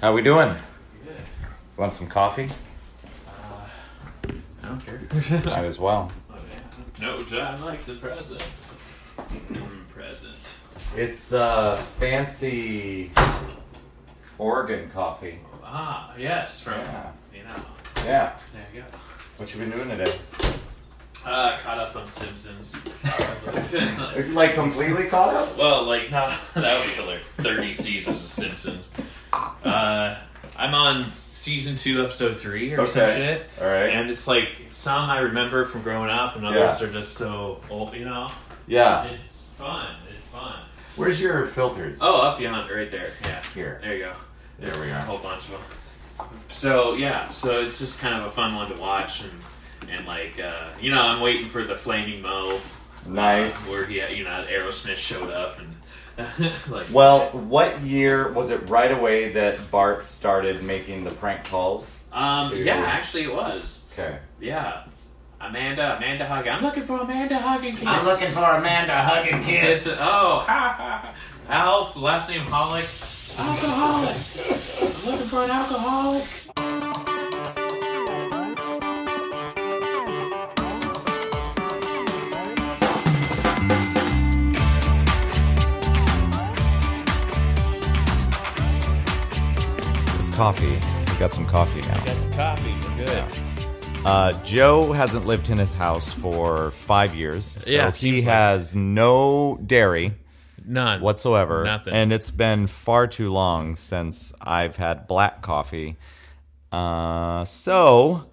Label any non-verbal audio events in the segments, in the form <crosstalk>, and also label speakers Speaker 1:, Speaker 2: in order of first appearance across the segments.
Speaker 1: How we doing? Want some coffee?
Speaker 2: I don't
Speaker 1: <laughs>
Speaker 2: care.
Speaker 1: Might as well.
Speaker 2: No, John, like the present. Mm, present.
Speaker 1: <laughs> It's uh, fancy Oregon coffee.
Speaker 2: Ah, yes, from
Speaker 1: Yeah.
Speaker 2: you know.
Speaker 1: Yeah.
Speaker 2: There you go.
Speaker 1: What you been doing
Speaker 2: <laughs>
Speaker 1: today?
Speaker 2: Uh, caught up on <laughs> Simpsons.
Speaker 1: Like completely caught up?
Speaker 2: well, like not <laughs> that would be killer. Thirty seasons of Simpsons. Uh, I'm on season two, episode three, or some
Speaker 1: Okay.
Speaker 2: shit.
Speaker 1: All right.
Speaker 2: And it's like some I remember from growing up, and
Speaker 1: Yeah.
Speaker 2: others are just so old. You know,
Speaker 1: yeah.
Speaker 2: it's fun. It's fun.
Speaker 1: Where's your filters?
Speaker 2: Oh, up beyond, right there. Yeah.
Speaker 1: Here.
Speaker 2: There you go.
Speaker 1: There we
Speaker 2: a
Speaker 1: are.
Speaker 2: whole bunch of them. So yeah, so it's just kind of a fun one to watch and and like uh, you know I'm waiting for the flaming mo
Speaker 1: Nice.
Speaker 2: where he you know Aerosmith showed up and <laughs> like
Speaker 1: Well, what year was it right away that Bart started making the prank calls?
Speaker 2: um
Speaker 1: Dude.
Speaker 2: yeah actually it was
Speaker 1: Okay.
Speaker 2: yeah Amanda Amanda Huggins I'm looking for Amanda Huggins
Speaker 1: for Amanda hugging
Speaker 2: <laughs> oh ha, ha, ha. Alf last name Holic alcoholic I'm looking for an alcoholic
Speaker 1: It's coffee. We got some coffee now.
Speaker 2: got some coffee we're good
Speaker 1: Uh, Joe hasn't lived in his house for five years. So
Speaker 2: Yeah,
Speaker 1: he
Speaker 2: seems like-
Speaker 1: has no dairy
Speaker 2: none
Speaker 1: whatsoever.
Speaker 2: Nothing.
Speaker 1: And it's been far too long since I've had black coffee. Uh, so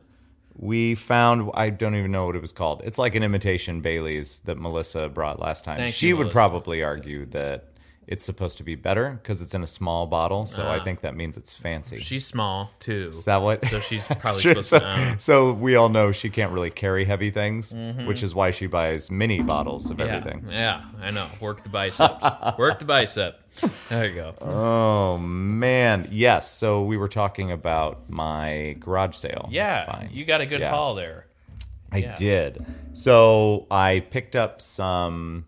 Speaker 1: we found, I don't even know what it was called. It's like an imitation Bailey's that Melissa brought last time.
Speaker 2: Thank
Speaker 1: she
Speaker 2: you,
Speaker 1: would
Speaker 2: Melissa.
Speaker 1: probably argue that it's supposed to be better because it's in a small bottle. So
Speaker 2: Uh-huh.
Speaker 1: I think that means it's fancy.
Speaker 2: she's small too
Speaker 1: Is that what?
Speaker 2: So
Speaker 1: <laughs>
Speaker 2: she's
Speaker 1: That's
Speaker 2: probably
Speaker 1: true.
Speaker 2: supposed
Speaker 1: so,
Speaker 2: to own.
Speaker 1: so we all know she can't really carry heavy things, which is why she buys mini bottles of everything.
Speaker 2: Mm-hmm. Yeah, yeah, I know. Work the
Speaker 1: <laughs>
Speaker 2: biceps. Work the bicep. There you go.
Speaker 1: Oh man, yes. So we were talking about my garage sale.
Speaker 2: yeah,
Speaker 1: find.
Speaker 2: you got a good
Speaker 1: Yeah.
Speaker 2: haul there.
Speaker 1: I
Speaker 2: yeah.
Speaker 1: did. So I picked up some.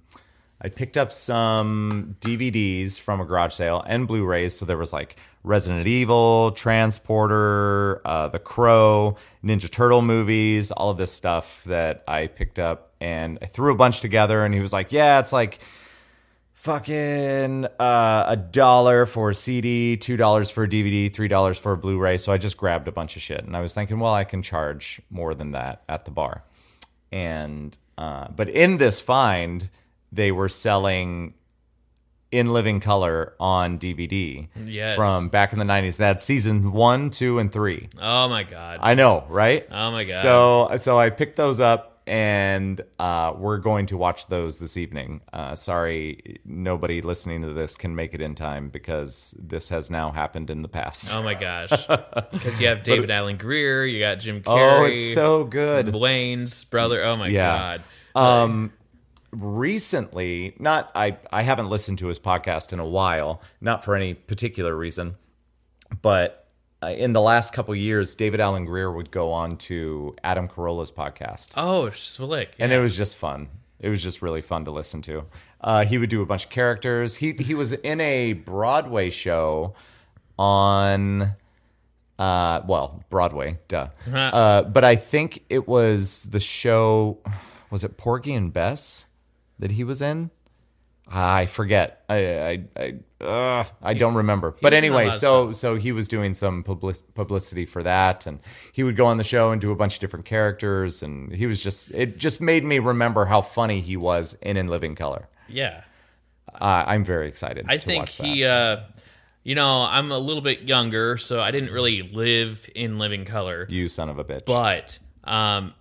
Speaker 1: I picked up some DVDs from a garage sale and Blu-rays. So there was like Resident Evil, Transporter, uh, The Crow, Ninja Turtle movies, all of this stuff that I picked up, and I threw a bunch together. And he was like, "Yeah, it's like." fucking uh, a dollar for a CD, two dollars for a DVD, three dollars for a Blu-ray. So I just grabbed a bunch of shit, and I was thinking, well, I can charge more than that at the bar. And uh, but in this find, they were selling in living color on DVD
Speaker 2: Yes.
Speaker 1: from back in the '90s. That's season one, two, and three.
Speaker 2: Oh my god.
Speaker 1: I know, right?
Speaker 2: Oh my God.
Speaker 1: So so I picked those up and uh, we're going to watch those this evening. Uh, sorry, nobody listening to this can make it in time because this has now happened in the past.
Speaker 2: oh my gosh. Because you have David Allen Greer, you got Jim Carrey,
Speaker 1: <laughs> oh, it's so good.
Speaker 2: Blaine's brother. Oh my
Speaker 1: Yeah.
Speaker 2: god.
Speaker 1: recently not i i haven't listened to his podcast in a while not for any particular reason but uh, in the last couple years david allen greer would go on to adam carolla's podcast
Speaker 2: Oh, slick.
Speaker 1: and it was just fun. It was just really fun to listen to. Uh, he would do a bunch of characters. He he was in a Broadway show on, uh, well, Broadway, duh.
Speaker 2: Uh-huh.
Speaker 1: uh, but I think it was the show. Was it Porgy and Bess that he was in? Ah, I forget. I I I, uh, I don't remember. But
Speaker 2: was in a
Speaker 1: anyway,
Speaker 2: lot of
Speaker 1: so so he was doing some public, publicity for that, and he would go on the show and do a bunch of different characters, and he was just it just made me remember how funny he was in In Living Color.
Speaker 2: yeah.
Speaker 1: Uh, I'm very excited.
Speaker 2: I
Speaker 1: to
Speaker 2: think
Speaker 1: watch that.
Speaker 2: he, uh, you know, I'm a little bit younger, so I didn't really live in living color.
Speaker 1: you son of a bitch.
Speaker 2: But um,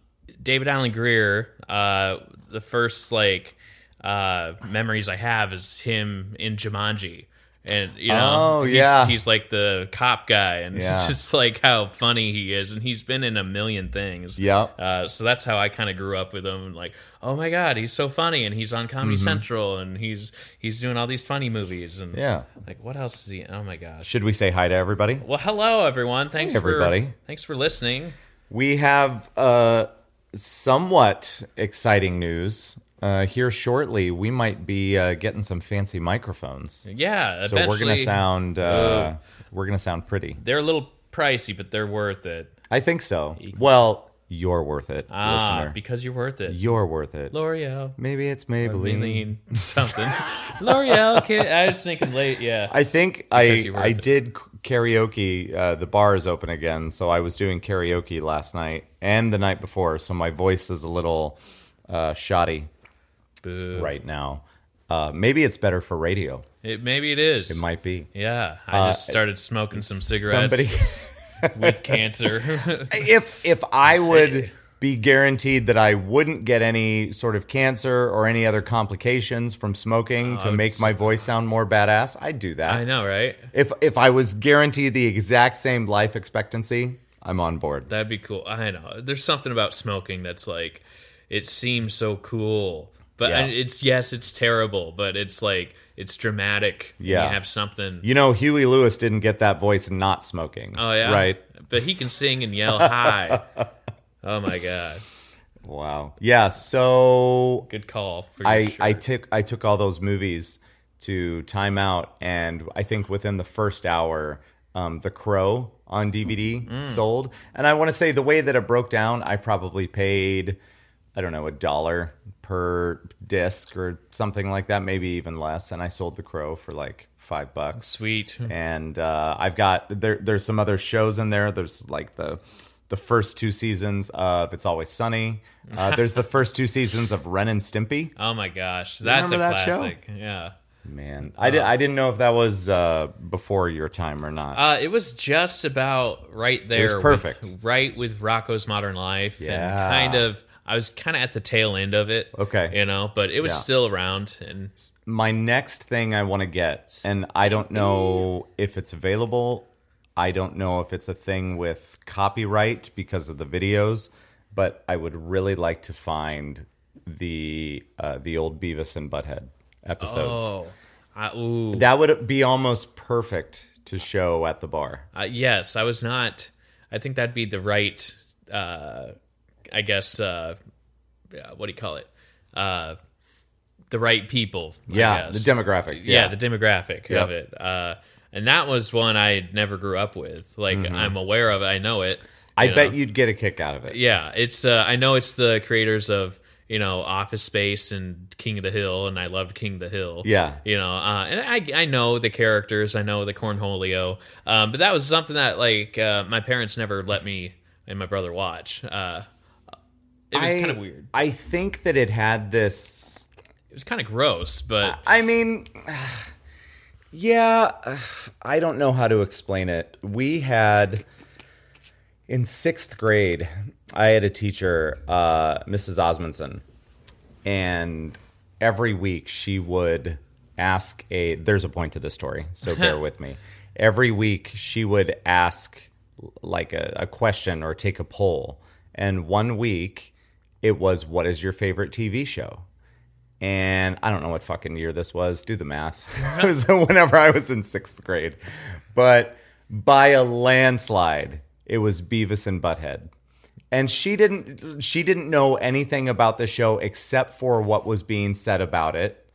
Speaker 2: David Allen Greer, uh, the first like uh, memories I have is him in Jumanji, and you know,
Speaker 1: Oh,
Speaker 2: he's,
Speaker 1: yeah.
Speaker 2: he's like the cop guy, and <laughs>
Speaker 1: Yeah.
Speaker 2: just like how funny he is, and he's been in a million things.
Speaker 1: Yep.
Speaker 2: Uh, so that's how I kind of grew up with him. and Like, oh my god, he's so funny, and he's on Comedy
Speaker 1: Mm-hmm.
Speaker 2: Central, and he's he's doing all these funny movies, and
Speaker 1: Yeah.
Speaker 2: like what else is he? Oh my gosh.
Speaker 1: Should we say hi to everybody?
Speaker 2: Well, hello everyone. Thanks for
Speaker 1: everybody.
Speaker 2: Thanks for listening.
Speaker 1: We have uh, somewhat exciting news. uh, here shortly, we might be uh, getting some fancy microphones.
Speaker 2: Yeah,
Speaker 1: So we're gonna
Speaker 2: eventually-
Speaker 1: sound uh, we're gonna sound pretty.
Speaker 2: They're a little pricey, but they're worth it.
Speaker 1: I think so. Well, you're worth it,
Speaker 2: Ah,
Speaker 1: listener.
Speaker 2: because you're worth it.
Speaker 1: You're worth it.
Speaker 2: L'Oreal,
Speaker 1: Maybe it's Maybelline.
Speaker 2: Maybelline,
Speaker 1: <laughs>
Speaker 2: something. L'Oreal. Kid, I was thinking late. Yeah.
Speaker 1: I think
Speaker 2: Because
Speaker 1: I
Speaker 2: you were
Speaker 1: I
Speaker 2: at the-
Speaker 1: did karaoke. Uh, the bar is open again, so I was doing karaoke last night and the night before. So my voice is a little uh, shoddy
Speaker 2: Boo.
Speaker 1: right now. Uh, maybe it's better for radio.
Speaker 2: It, maybe it is.
Speaker 1: It might Uh, be.
Speaker 2: yeah. I just started smoking some cigarettes <laughs>
Speaker 1: <laughs>
Speaker 2: with cancer. <laughs>
Speaker 1: if if I would be guaranteed that I wouldn't get any sort of cancer or any other complications from smoking to make my voice sound more badass, I'd do that.
Speaker 2: Uh, I know, right?
Speaker 1: If if I was guaranteed the exact same life expectancy, I'm on board.
Speaker 2: That'd be cool. I know. There's something about smoking that's like, it seems so cool, but
Speaker 1: Yeah.
Speaker 2: and it's yes, it's terrible, but it's like it's dramatic. and
Speaker 1: Yeah.
Speaker 2: You have something.
Speaker 1: You know, Huey Lewis didn't get that voice not smoking.
Speaker 2: Oh yeah.
Speaker 1: Right.
Speaker 2: But he can sing and
Speaker 1: <laughs>
Speaker 2: yell high. oh my god.
Speaker 1: Wow. Yeah. So
Speaker 2: Good call. For your
Speaker 1: I,
Speaker 2: shirt.
Speaker 1: I took I took all those movies to time out, and I think within the first hour, um, The Crow on DVD sold. And I want to say the way that it broke down, I probably paid, I don't know, a dollar per disc or something like that, maybe even less. And I sold The Crow for like five bucks
Speaker 2: sweet.
Speaker 1: and uh, I've got there. There's some other shows in there. There's like the the first two seasons of It's Always Sunny. Uh, there's the first two seasons of Ren and Stimpy.
Speaker 2: Oh my gosh. That's a
Speaker 1: remember that show?
Speaker 2: classic. Yeah.
Speaker 1: Man, I did. I didn't know if that was uh, before your time or not.
Speaker 2: Uh, it was just about right there.
Speaker 1: was
Speaker 2: with-
Speaker 1: perfect.
Speaker 2: right with Rocco's Modern Life.
Speaker 1: Yeah.
Speaker 2: And kind of, I was kind of at the tail end of it.
Speaker 1: Okay.
Speaker 2: You know, but it was
Speaker 1: Yeah.
Speaker 2: still around. And
Speaker 1: My next thing I want to get, and I don't know if it's available. I don't know if it's a thing with copyright because of the videos, but I would really like to find the uh, the old Beavis and Butthead episodes.
Speaker 2: oh, I, ooh.
Speaker 1: That would be almost perfect to show at the bar.
Speaker 2: Uh, yes, I was not. I think that'd be the right, uh, I guess, uh, yeah, what do you call it? Uh, the right people. I
Speaker 1: Yeah, the
Speaker 2: guess.
Speaker 1: demographic.
Speaker 2: yeah.
Speaker 1: Yeah,
Speaker 2: the demographic
Speaker 1: Yep.
Speaker 2: of it. Uh, and that was one I never grew up with. Like,
Speaker 1: Mm-hmm.
Speaker 2: I'm aware of it, I know it.
Speaker 1: I
Speaker 2: you know?
Speaker 1: bet you'd get a kick out of it.
Speaker 2: Yeah, it's uh, I know it's the creators of you know Office Space and King of the Hill, and I loved King of the Hill.
Speaker 1: Yeah.
Speaker 2: you know, uh, and I I know the characters, I know the Cornholio, um, but that was something that like uh, my parents never let me and my brother watch. Uh, it was
Speaker 1: I-
Speaker 2: kind of weird.
Speaker 1: I think that it had this.
Speaker 2: It was kind of gross, but
Speaker 1: I mean, <sighs> yeah, <sighs> I don't know how to explain it. We had in sixth grade, I had a teacher, uh, Mrs. Osmondson, and every week she would ask a. There's a point to this story, so bear with me. Every week she would ask like a, a question or take a poll, and one week it was, "What is your favorite TV show?" and I don't know what fucking year this was. Do the
Speaker 2: <laughs>
Speaker 1: math. <laughs> it was whenever I was in sixth grade, but by a landslide, it was Beavis and Butthead. And she didn't. She didn't know anything about the show except for what was being said about it.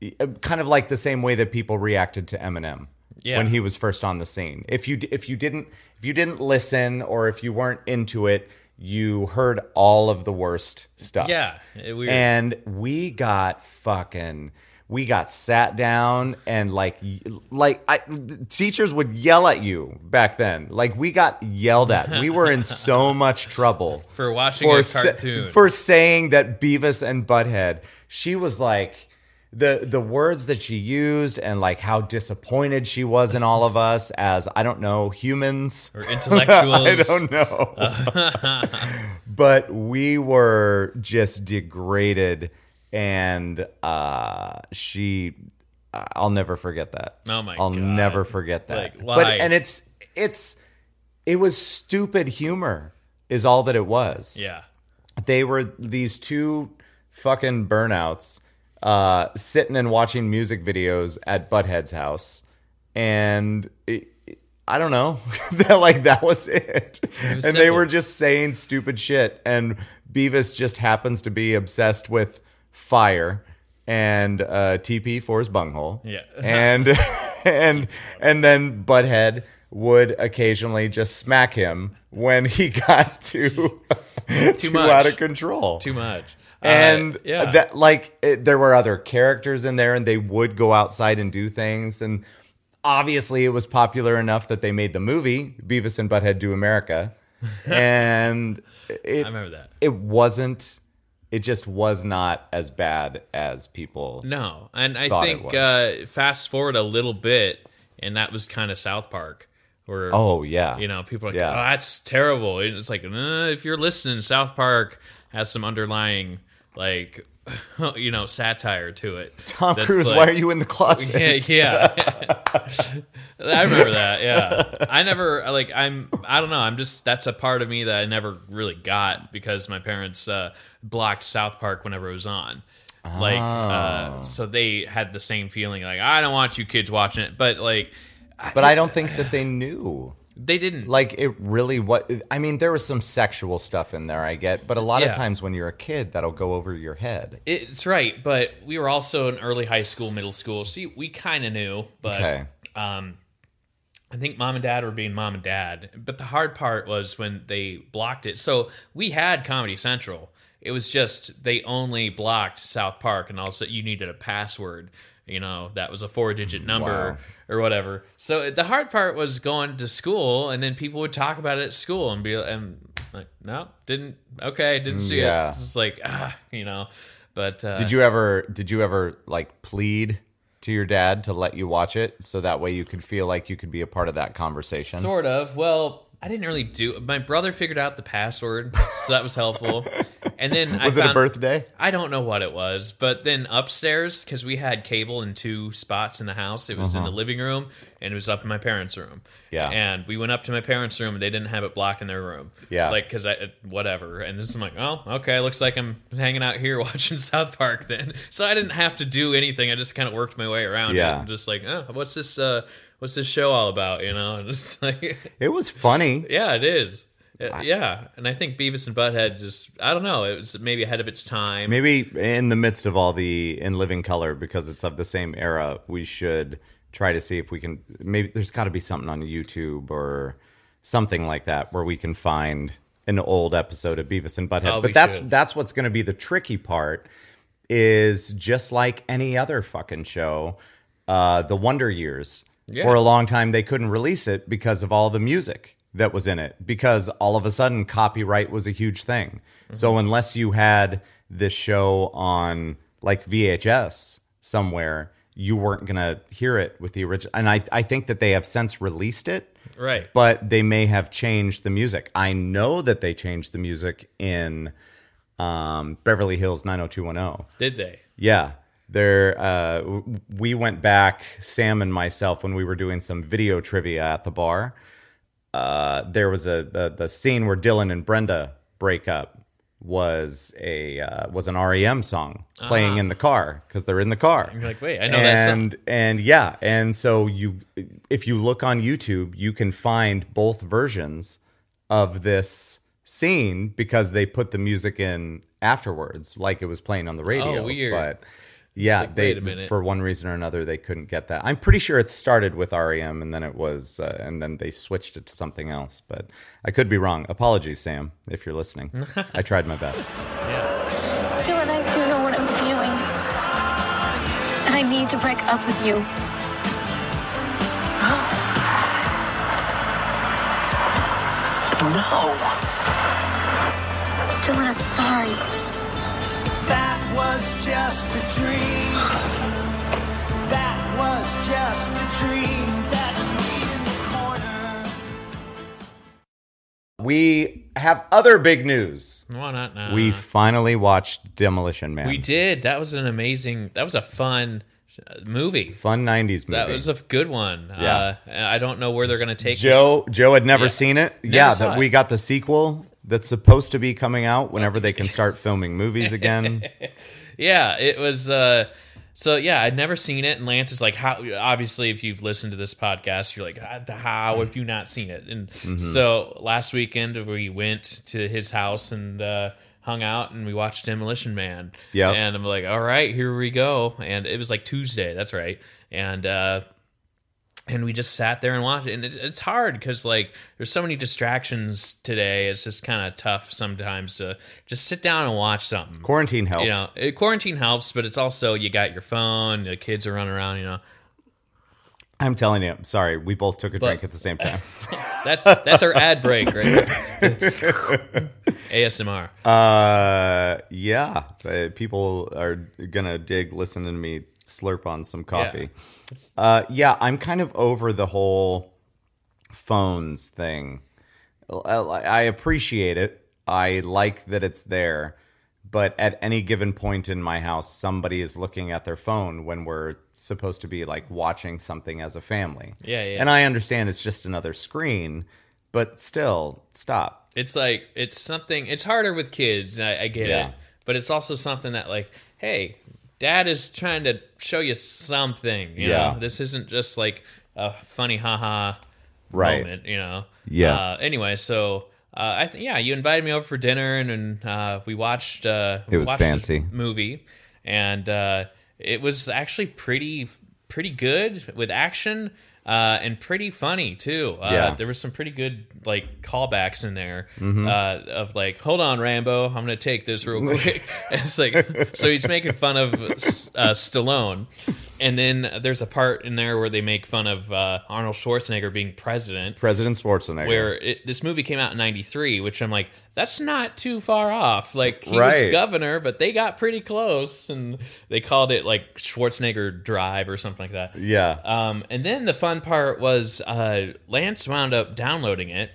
Speaker 1: E, uh, Kind of like the same way that people reacted to Eminem
Speaker 2: Yeah.
Speaker 1: when he was first on the scene. If you if you didn't if you didn't listen or if you weren't into it, you heard all of the worst stuff.
Speaker 2: yeah, it, weird.
Speaker 1: And we got fucking we got sat down and like y- like I teachers would yell at you back then. Like we got yelled at. We were in so
Speaker 2: <laughs>
Speaker 1: much trouble
Speaker 2: for watching a
Speaker 1: sa-
Speaker 2: cartoon.
Speaker 1: for saying that Beavis and Butthead. She was like the the words that she used and like how disappointed she was in all of us as I don't know humans
Speaker 2: or
Speaker 1: <laughs>
Speaker 2: intellectuals.
Speaker 1: I don't know.
Speaker 2: <laughs>
Speaker 1: but we were just degraded, and uh, she. uh, I'll never forget that.
Speaker 2: Oh my
Speaker 1: I'll
Speaker 2: God.
Speaker 1: never forget that.
Speaker 2: Like,
Speaker 1: But
Speaker 2: why?
Speaker 1: and it's it's it was stupid humor is all that it was
Speaker 2: Yeah,
Speaker 1: they were these two fucking burnouts uh, sitting and watching music videos at Butthead's house, and it, it- I don't know, <laughs> that like that was <laughs> it, and
Speaker 2: was
Speaker 1: they
Speaker 2: simple.
Speaker 1: were just saying stupid shit, and Beavis just happens to be obsessed with fire and uh, TP for his bunghole.
Speaker 2: Yeah. <laughs>
Speaker 1: and <laughs> and and then Butthead would occasionally just smack him when he <laughs> got too <laughs> too,
Speaker 2: much.
Speaker 1: out of control.
Speaker 2: Too much. Uh,
Speaker 1: and
Speaker 2: yeah.
Speaker 1: that like it, there were other characters in there and they would go outside and do things and obviously it was popular enough that they made the movie Beavis and Butthead Do
Speaker 2: <laughs>
Speaker 1: America. and it
Speaker 2: I remember that.
Speaker 1: it wasn't it just was not as bad as people
Speaker 2: No, and I
Speaker 1: Thought it
Speaker 2: think
Speaker 1: was.
Speaker 2: uh, fast forward a little bit, and that was kind of South Park, where
Speaker 1: oh yeah
Speaker 2: you know people are like,
Speaker 1: Yeah.
Speaker 2: oh, that's terrible. And it's like, "Nah, if you're listening, South Park has some underlying like, <laughs> you know, satire to it.
Speaker 1: tom
Speaker 2: that's
Speaker 1: cruise
Speaker 2: like-
Speaker 1: why are you in the closet
Speaker 2: <laughs> yeah, yeah. I remember that. Yeah, I never like I'm. I don't know. I'm just that's a part of me that I never really got because my parents uh, blocked South Park whenever it was on. Like, uh, so they had the same feeling. Like, I don't want you kids watching it, but like
Speaker 1: but i don't think that they knew
Speaker 2: they didn't.
Speaker 1: like it really what i mean there was some sexual stuff in there i get but a lot
Speaker 2: Yeah.
Speaker 1: of times when you're a kid that'll go over your head
Speaker 2: It's right, but we were also in early high school, middle school, so you- we kind of knew. But
Speaker 1: okay
Speaker 2: um, I think mom and dad were being mom and dad. But the hard part was when they blocked it. So we had Comedy Central. It was just they only blocked South Park, and also you needed a password. You know that was a four-digit number
Speaker 1: Mm, Wow.
Speaker 2: or whatever. So the hard part was going to school, and then people would talk about it at school and be and like, "No, didn't. Okay, didn't see
Speaker 1: Yeah.
Speaker 2: it." It's just like, ah, you know. But uh,
Speaker 1: did you ever did you ever like plead to your dad to let you watch it so that way you could feel like you could be a part of that conversation
Speaker 2: Sort of. Well, I didn't really do. My brother figured out the password, so that
Speaker 1: <laughs>
Speaker 2: was helpful. And then
Speaker 1: was
Speaker 2: I
Speaker 1: it
Speaker 2: found,
Speaker 1: a birthday
Speaker 2: I don't know what it was, but then upstairs because we had cable in two spots in the house. It was in the living room and it was up in my parents' room.
Speaker 1: Uh-huh. Yeah.
Speaker 2: and we went up to my parents' room and they didn't have it blocked in their room.
Speaker 1: Yeah.
Speaker 2: like because I whatever. And then I'm like, oh, okay, looks like I'm hanging out here <laughs> watching South Park then. So I didn't have to do anything. I just kind of worked my way around.
Speaker 1: Yeah.
Speaker 2: it and just like, oh, what's this? Uh, what's this show all about? You know, and it's <laughs> like.
Speaker 1: it was funny
Speaker 2: Yeah, it is. Uh, yeah, and I think Beavis and Butthead just—I don't know—it was maybe ahead of its time.
Speaker 1: Maybe in the midst of all the in living color, because it's of the same era, we should try to see if we can. Maybe there's got to be something on YouTube or something like that where we can find an old episode of Beavis and Butthead.
Speaker 2: Oh, we
Speaker 1: but that's
Speaker 2: should.
Speaker 1: that's what's going to be the tricky part. Is just like any other fucking show, uh, the Wonder Years. For a long time, they couldn't release it because of all the music that was in it, because all of a sudden, copyright was a huge thing. So, unless you had this show on like VHS somewhere, you weren't going to hear it with the original. And I, I think that they have since released it,
Speaker 2: Right.
Speaker 1: but they may have changed the music. I know that they changed the music in um, Beverly Hills 90210.
Speaker 2: Did they?
Speaker 1: Yeah. There, uh, w- we went back, Sam and myself, when we were doing some video trivia at the bar. Uh, there was a the, the scene where Dylan and Brenda break up was a uh, was an REM song playing in the car because they're in the car.
Speaker 2: You're like, wait, I know that song.
Speaker 1: and and yeah, and so you if you look on YouTube, you can find both versions of this scene because they put the music in afterwards, like it was playing on the radio.
Speaker 2: Oh, weird.
Speaker 1: But yeah,
Speaker 2: wait a
Speaker 1: they
Speaker 2: minute.
Speaker 1: for one reason or another they couldn't get that. I'm pretty sure it started with REM and then it was uh, and then they switched it to something else, but I could be wrong. Apologies, Sam, if you're listening. I tried my
Speaker 2: <laughs>
Speaker 1: best.
Speaker 2: Yeah.
Speaker 3: Dylan, I don't know what I'm feeling. I need to break up with you.
Speaker 4: No.
Speaker 3: Dylan, I'm sorry.
Speaker 4: That was just a dream. That was just a dream. That's me in the corner.
Speaker 1: We have other big news.
Speaker 2: Why not? Nah.
Speaker 1: We finally watched Demolition Man.
Speaker 2: Uh-huh. we did. That was an amazing. That was a fun uh, movie.
Speaker 1: Fun 90s movie.
Speaker 2: That was a good one. Uh, I don't know where they're gonna take
Speaker 1: Joe Joe had never seen it. yeah,
Speaker 2: saw
Speaker 1: that
Speaker 2: it.
Speaker 1: we got the sequel that's supposed to be coming out whenever they can start filming movies
Speaker 2: <laughs>
Speaker 1: again.
Speaker 2: this. Yeah, it was. Uh, so yeah, I'd never seen it, and Lance is like, "How?" Obviously, if you've listened to this podcast, you're like, "Ah, "How have you not seen it?" And so last weekend we went to his house, and uh, hung out and we watched Demolition Man.
Speaker 1: Yep.
Speaker 2: And I'm like, all right, here we go. And it was like Tuesday. That's right. And uh, and we just sat there and watched it. And it, it's hard because like there's so many distractions today. It's just kind of tough sometimes to just sit down and watch something.
Speaker 1: Quarantine helped.
Speaker 2: You know, it, quarantine helps, but it's also you got your phone, the kids are running around. You know,
Speaker 1: I'm telling you. Sorry, we both took a drink at the same time.
Speaker 2: that's that's our ad break right there.
Speaker 1: <laughs>
Speaker 2: ASMR.
Speaker 1: Uh, yeah, uh, people are gonna dig listening to me slurp on some coffee. Uh, yeah, I'm kind of over the whole phones thing. I, I appreciate it. I like that it's there, but at any given point in my house, somebody is looking at their phone when we're supposed to be like watching something as a family.
Speaker 2: Yeah, yeah.
Speaker 1: And I understand it's just another screen, but still, stop.
Speaker 2: It's like it's something. It's harder with kids. I, I get
Speaker 1: Yeah.
Speaker 2: it, but it's also something that like, hey, dad is trying to show you something. You
Speaker 1: Yeah.
Speaker 2: know, this isn't just like a funny haha
Speaker 1: Right.
Speaker 2: moment. You know.
Speaker 1: Yeah.
Speaker 2: Uh, anyway, so. Uh, I th- yeah, you invited me over for dinner, and, and uh, we watched. Uh,
Speaker 1: It was
Speaker 2: watched this
Speaker 1: fancy.
Speaker 2: movie, and uh, it was actually pretty pretty good with action uh, and pretty funny too. Uh,
Speaker 1: Yeah.
Speaker 2: there was some pretty good like callbacks in there uh, of like, "Hold on, Rambo, I'm gonna take this real quick." <laughs> And it's like so he's making fun of uh, Stallone, and then there's a part in there where they make fun of uh, Arnold Schwarzenegger being president.
Speaker 1: President Schwarzenegger.
Speaker 2: Where it, this movie came out in '93, which I'm like, that's not too far off. Like he
Speaker 1: Right.
Speaker 2: was governor, but they got pretty close, and they called it like Schwarzenegger Drive or something like that.
Speaker 1: yeah,
Speaker 2: Um, and then the fun part was uh, Lance wound up downloading it,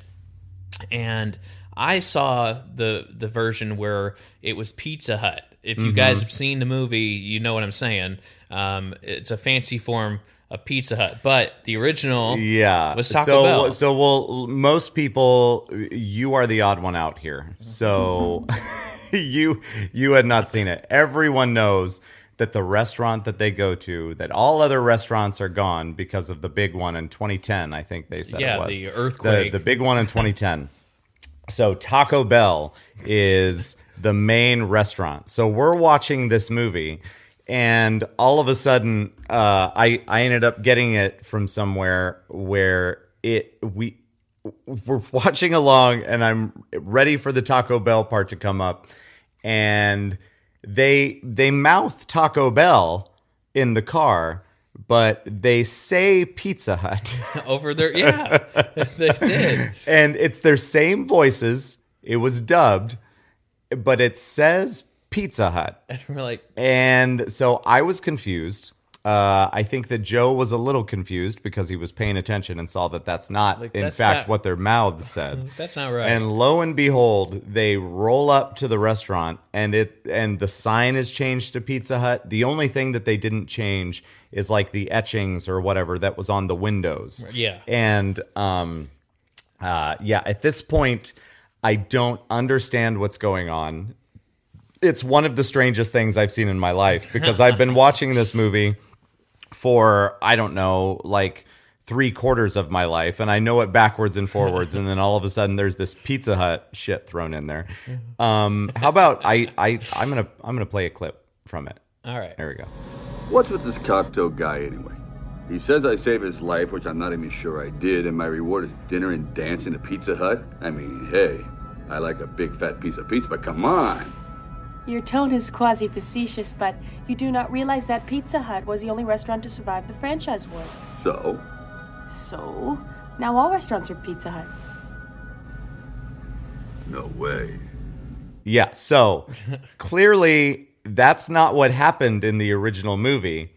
Speaker 2: and I saw the the version where it was Pizza Hut. If you
Speaker 1: Mm-hmm.
Speaker 2: guys have seen the movie, you know what I'm saying. Um, it's a fancy form of Pizza Hut, but the original,
Speaker 1: yeah.
Speaker 2: was Taco
Speaker 1: so,
Speaker 2: Bell.
Speaker 1: so well, most people, you are the odd one out here. So,
Speaker 2: Mm-hmm.
Speaker 1: <laughs> you you had not seen it. Everyone knows that the restaurant that they go to, that all other restaurants are gone because of the big one in 2010. I think they said
Speaker 2: Yeah,
Speaker 1: it was
Speaker 2: the earthquake.
Speaker 1: the big one in 2010. So Taco Bell is the main restaurant. So we're watching this movie, and all of a sudden, uh, I I ended up getting it from somewhere where it we we're <laughs> watching along, and I'm ready for the Taco Bell part to come up, and they they mouth Taco Bell in the car, but they say Pizza Hut. <laughs>
Speaker 2: over there, yeah, <laughs> they did.
Speaker 1: and it's their same voices. It was dubbed, but it says Pizza Hut.
Speaker 2: And we're like,
Speaker 1: And so I was confused. Uh, I think that Joe was a little confused because he was paying attention and saw that that's not, in
Speaker 2: that's
Speaker 1: fact,
Speaker 2: not-
Speaker 1: what their mouths said.
Speaker 2: <laughs> that's not right.
Speaker 1: And lo and behold, they roll up to the restaurant, and it and the sign is changed to Pizza Hut. The only thing that they didn't change is like the etchings or whatever that was on the windows.
Speaker 2: Yeah.
Speaker 1: and um, uh, yeah, at this point, I don't understand what's going on. It's one of the strangest things I've seen in my life because I've been watching this movie for, I don't know, like three quarters of my life, and I know it backwards and forwards. and then all of a sudden, there's this Pizza Hut shit thrown in there. Um, how about I, I, I'm gonna, I'm gonna play a clip from it.
Speaker 2: all right,
Speaker 1: There we go.
Speaker 5: What's with this cocktail guy anyway? He says I saved his life, which I'm not even sure I did, and my reward is dinner and dance in a Pizza Hut? I mean, hey, I like a big fat piece of pizza, but come on.
Speaker 6: Your tone is quasi facetious, but you do not realize that Pizza Hut was the only restaurant to survive the franchise wars.
Speaker 5: So,
Speaker 6: So, now all restaurants are Pizza Hut.
Speaker 5: no way.
Speaker 1: Yeah. So clearly, that's not what happened in the original movie.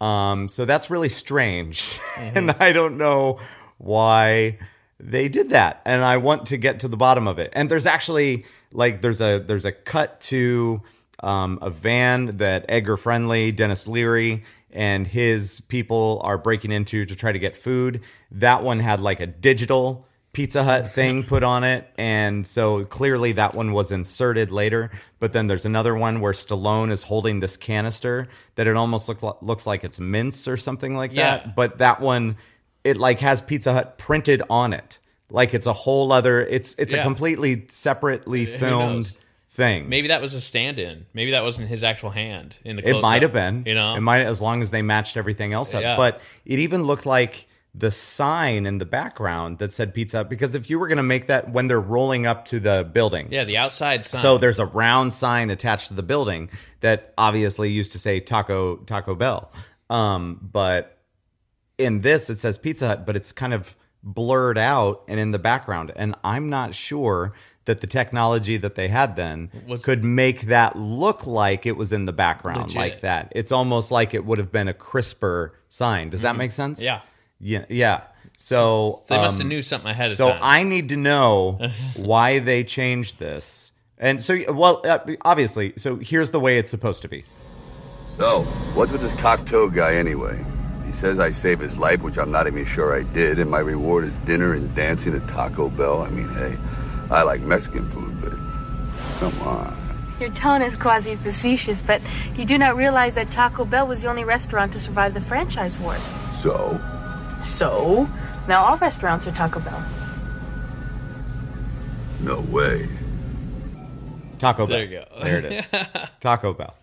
Speaker 1: Um, so that's really strange. <laughs> and I don't know why they did that. And I want to get to the bottom of it. And there's actually like there's a there's a cut to um, a van that Edgar Friendly, Dennis Leary, and his people are breaking into to try to get food. That one had like a digital Pizza Hut thing put on it. And so clearly that one was inserted later. But then there's another one where Stallone is holding this canister that it almost look, li- looks like it's mince or something like
Speaker 2: Yeah.
Speaker 1: that. But that one, it like has Pizza Hut printed on it. Like it's a whole other, it's, it's a
Speaker 2: Yeah.
Speaker 1: completely separately filmed
Speaker 2: knows?
Speaker 1: thing.
Speaker 2: Maybe that was a stand-in. Maybe that wasn't his actual hand in the.
Speaker 1: it
Speaker 2: close-up,
Speaker 1: might have been.
Speaker 2: You know,
Speaker 1: it might as long as they matched everything else up.
Speaker 2: Yeah.
Speaker 1: But it even looked like the sign in the background that said Pizza Hut, because if you were going to make that when they're rolling up to the building,
Speaker 2: Yeah, the outside sign.
Speaker 1: So there's a round sign attached to the building that obviously used to say Taco Taco Bell. Um, but in this it says Pizza Hut, but it's kind of blurred out and in the background. And I'm not sure that the technology that they had then
Speaker 2: What's-
Speaker 1: could make that look like it was in the background
Speaker 2: Legit.
Speaker 1: like that. It's almost like it would have been a crisper sign. Does that make sense?
Speaker 2: Mm-hmm. Yeah.
Speaker 1: Yeah. Yeah. So
Speaker 2: they must have
Speaker 1: um,
Speaker 2: knew something ahead of
Speaker 1: so
Speaker 2: time.
Speaker 1: I need to
Speaker 2: <laughs>
Speaker 1: know why they changed this. And so, well, uh, obviously, so here's the way it's supposed to be.
Speaker 5: So, what's with this cocktail guy anyway? He says I saved his life, which I'm not even sure I did, and my reward is dinner and dancing at Taco Bell. I mean, hey, I like Mexican food, but come on.
Speaker 6: Your tone is quasi facetious, but you do not realize that Taco Bell was the only restaurant to survive the franchise wars.
Speaker 5: So,
Speaker 6: So? Now all restaurants are Taco Bell.
Speaker 5: no way.
Speaker 1: Taco Bell.
Speaker 2: There you go.
Speaker 1: There it is.
Speaker 2: <laughs>
Speaker 1: Taco Bell.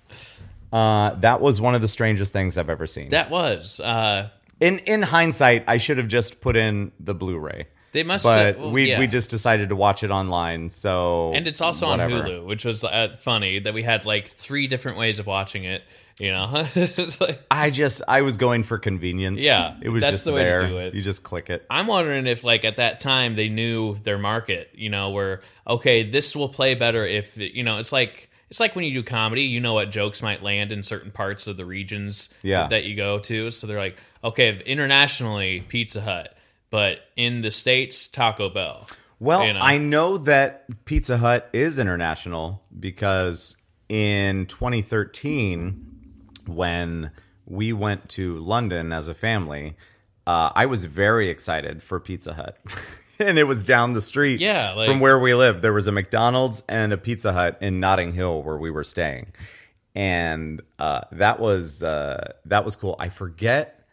Speaker 1: Uh, that was one of the strangest things I've ever seen.
Speaker 2: that was. Uh,
Speaker 1: in in hindsight, I should have just put in the Blu-ray,
Speaker 2: they must.
Speaker 1: but
Speaker 2: have, well,
Speaker 1: we
Speaker 2: yeah.
Speaker 1: we just decided to watch it online. So
Speaker 2: and it's also on
Speaker 1: whatever.
Speaker 2: Hulu, which was uh, funny that we had like three different ways of watching it. You know, <laughs> it's like
Speaker 1: I just I was going for convenience.
Speaker 2: Yeah,
Speaker 1: it was
Speaker 2: that's
Speaker 1: just
Speaker 2: the way to
Speaker 1: there.
Speaker 2: do it.
Speaker 1: You just click it.
Speaker 2: I'm wondering if like at that time they knew their market, you know, where okay, this will play better if you know, it's like it's like when you do comedy, you know what jokes might land in certain parts of the regions
Speaker 1: Yeah.
Speaker 2: that you go to. So they're like, okay, internationally Pizza Hut, but in the states Taco Bell.
Speaker 1: Well,
Speaker 2: you know?
Speaker 1: I know that Pizza Hut is international because in 2013, when we went to London as a family, uh, I was very excited for Pizza Hut. <laughs> and it was down the street
Speaker 2: Yeah, like-
Speaker 1: from where we lived. There was a McDonald's and a Pizza Hut in Notting Hill where we were staying. And uh, that was uh, that was cool. I forget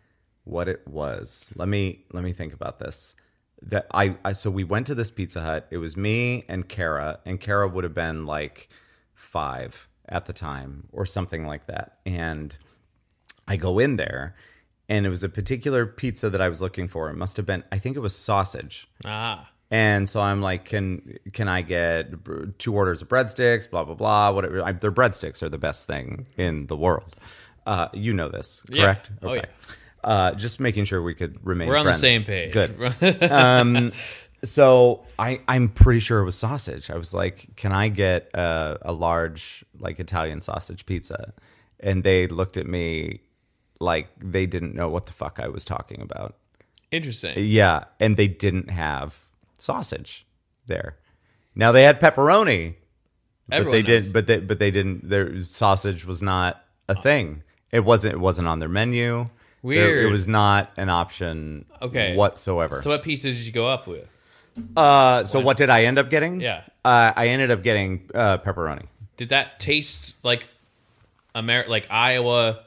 Speaker 1: what it was. Let me let me think about this. That I, I so we went to this Pizza Hut. It was me and Kara, and Kara would have been like five at the time or something like that. And I go in there, and it was a particular pizza that I was looking for. It must have been I think it was sausage.
Speaker 2: Ah.
Speaker 1: And so I'm like, can can I get br- two orders of breadsticks? Blah blah blah. Whatever. I, their breadsticks are the best thing in the world. Uh, you know this,
Speaker 2: Yeah.
Speaker 1: correct?
Speaker 2: Oh,
Speaker 1: Uh, just making sure we could remain.
Speaker 2: We're on the
Speaker 1: friends.
Speaker 2: same page.
Speaker 1: Good
Speaker 2: <laughs>
Speaker 1: Um, so I, I'm pretty sure it was sausage. I was like, can I get a, a large like Italian sausage pizza? And they looked at me like they didn't know what the fuck I was talking about.
Speaker 2: Interesting.
Speaker 1: Yeah, and they didn't have sausage there. Now they had pepperoni,
Speaker 2: Everyone
Speaker 1: but they
Speaker 2: knows.
Speaker 1: didn't. But they but they didn't. Their sausage was not a thing. It wasn't. It wasn't on their menu. There-
Speaker 2: Weird.
Speaker 1: it was not an option.
Speaker 2: Okay.
Speaker 1: Whatsoever.
Speaker 2: So what pizza did you go up with?
Speaker 1: Uh, so what did I end up getting?
Speaker 2: Yeah.
Speaker 1: uh, I ended up getting uh, pepperoni.
Speaker 2: Did that taste like Amer like Iowa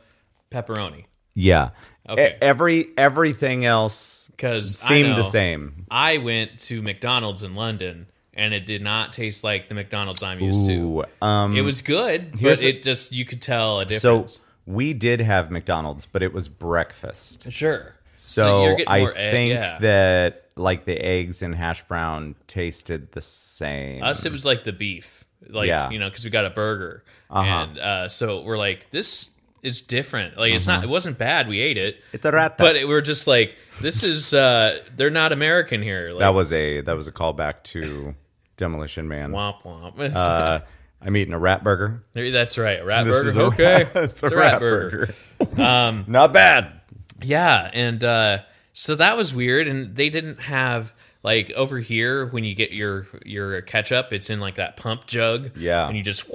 Speaker 2: pepperoni?
Speaker 1: Yeah.
Speaker 2: Okay.
Speaker 1: E- every everything else
Speaker 2: 'Cause I
Speaker 1: seemed
Speaker 2: know-
Speaker 1: the same.
Speaker 2: I went to McDonald's in London and it did not taste like the McDonald's I'm used
Speaker 1: Ooh, um,
Speaker 2: to. it was good,
Speaker 1: here's
Speaker 2: but
Speaker 1: the-
Speaker 2: it just you could tell a
Speaker 1: So
Speaker 2: difference.
Speaker 1: we did have McDonald's, but it was breakfast.
Speaker 2: sure.
Speaker 1: So,
Speaker 2: getting
Speaker 1: I
Speaker 2: more egg-
Speaker 1: think
Speaker 2: yeah.
Speaker 1: that like the eggs and hash brown tasted the same.
Speaker 2: us it was like the beef, like
Speaker 1: Yeah. Uh-huh.
Speaker 2: you know, because we got a burger, and uh, so we're like, this is different. Like it's not, it wasn't bad. We ate it,
Speaker 1: Uh-huh. It's a rat-
Speaker 2: but it, we're just like, this is uh, they're not American here. Like,
Speaker 1: that was a that was a callback to Demolition Man.
Speaker 2: womp womp.
Speaker 1: Uh, I'm eating a rat burger.
Speaker 2: <laughs> That's right, a rat
Speaker 1: This
Speaker 2: burger.
Speaker 1: is a
Speaker 2: okay,
Speaker 1: rat, <laughs> it's a rat, burger. <laughs> um, Not bad.
Speaker 2: Yeah, and uh, so that was weird, and they didn't have like over here when you get your your ketchup, it's in like that pump jug.
Speaker 1: Yeah.
Speaker 2: and you just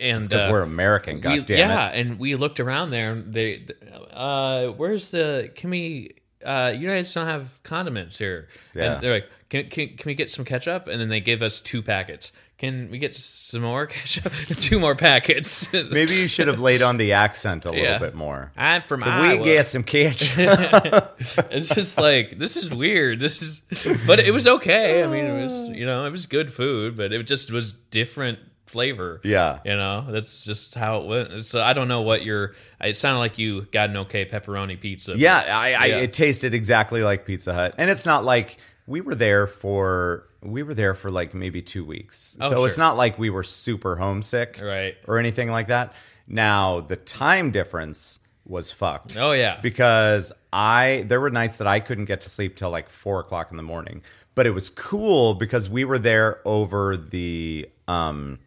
Speaker 2: and
Speaker 1: Because
Speaker 2: uh,
Speaker 1: we're American,
Speaker 2: we-
Speaker 1: God damn
Speaker 2: yeah,
Speaker 1: it.
Speaker 2: and we looked around there. And they, uh, where's the? Can we? Uh, you guys don't have condiments here.
Speaker 1: Yeah.
Speaker 2: And they're like, can, can can we get some ketchup? And then they gave us two packets. Can we get some more ketchup? <laughs> two more packets.
Speaker 1: Maybe you should have laid on the accent a little
Speaker 2: Yeah.
Speaker 1: bit more.
Speaker 2: <laughs> I'm from
Speaker 1: Can
Speaker 2: Iowa.
Speaker 1: we get some ketchup?
Speaker 2: It's just like this is weird. This is, but it was okay. I mean, it was you know it was good food, but it just was different flavor.
Speaker 1: Yeah.
Speaker 2: You know, that's just how it went. So I don't know what your. It sounded like you got an okay pepperoni pizza. but-
Speaker 1: Yeah, I, I
Speaker 2: Yeah.
Speaker 1: it tasted exactly like Pizza Hut, and it's not like we were there for we were there for like maybe two weeks,
Speaker 2: Oh,
Speaker 1: so it's
Speaker 2: sure.
Speaker 1: not like we were super homesick,
Speaker 2: Right.
Speaker 1: or anything like that. Now the time difference was fucked.
Speaker 2: Oh, yeah.
Speaker 1: because I there were nights that I couldn't get to sleep till like four o'clock in the morning, but it was cool because we were there over the um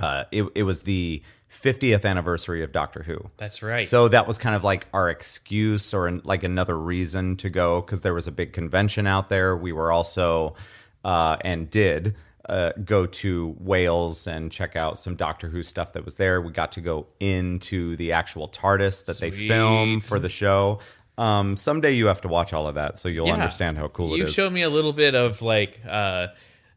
Speaker 1: uh it, it was the 50th anniversary of Doctor Who.
Speaker 2: That's right.
Speaker 1: So that was kind of like our excuse or an, like another reason to go because there was a big convention out there. We were also uh, and did uh, go to Wales and check out some Doctor Who stuff that was there. We got to go into the actual TARDIS that they film for the show. Um, someday you have to watch all of that so you'll
Speaker 2: Yeah.
Speaker 1: understand how cool
Speaker 2: you
Speaker 1: it is.
Speaker 2: showed me a little bit of like. uh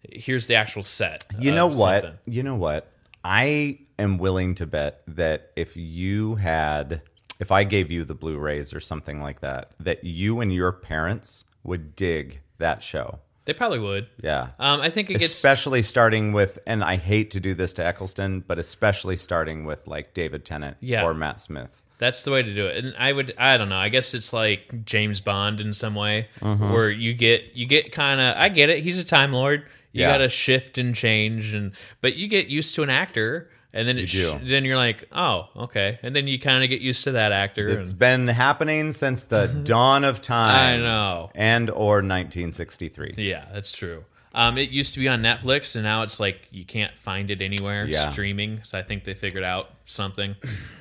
Speaker 2: Here's the actual set.
Speaker 1: You
Speaker 2: of
Speaker 1: know what?
Speaker 2: something.
Speaker 1: You know what? I am willing to bet that if you had, if I gave you the Blu-rays or something like that, that you and your parents would dig that show.
Speaker 2: They probably would.
Speaker 1: Yeah.
Speaker 2: Um, I think it gets
Speaker 1: especially starting with, and I hate to do this to Eccleston, but especially starting with like David Tennant
Speaker 2: Yeah.
Speaker 1: or Matt Smith.
Speaker 2: That's the way to do it. And I would I don't know. I guess it's like James Bond in some way
Speaker 1: Mm-hmm.
Speaker 2: where you get you get kind of I get it. He's a time lord. You
Speaker 1: Yeah.
Speaker 2: got to shift and change and but you get used to an actor and then it
Speaker 1: You
Speaker 2: sh-
Speaker 1: do.
Speaker 2: then you're like, "Oh, okay." And then you kind of get used to that actor.
Speaker 1: It's
Speaker 2: and,
Speaker 1: been happening since
Speaker 2: <laughs>
Speaker 1: the dawn of
Speaker 2: I
Speaker 1: time.
Speaker 2: know.
Speaker 1: And or 1963.
Speaker 2: Yeah, that's true. Um, it used to be on Netflix and now it's like you can't find it anywhere
Speaker 1: Yeah.
Speaker 2: streaming. So I think they figured out something. <laughs>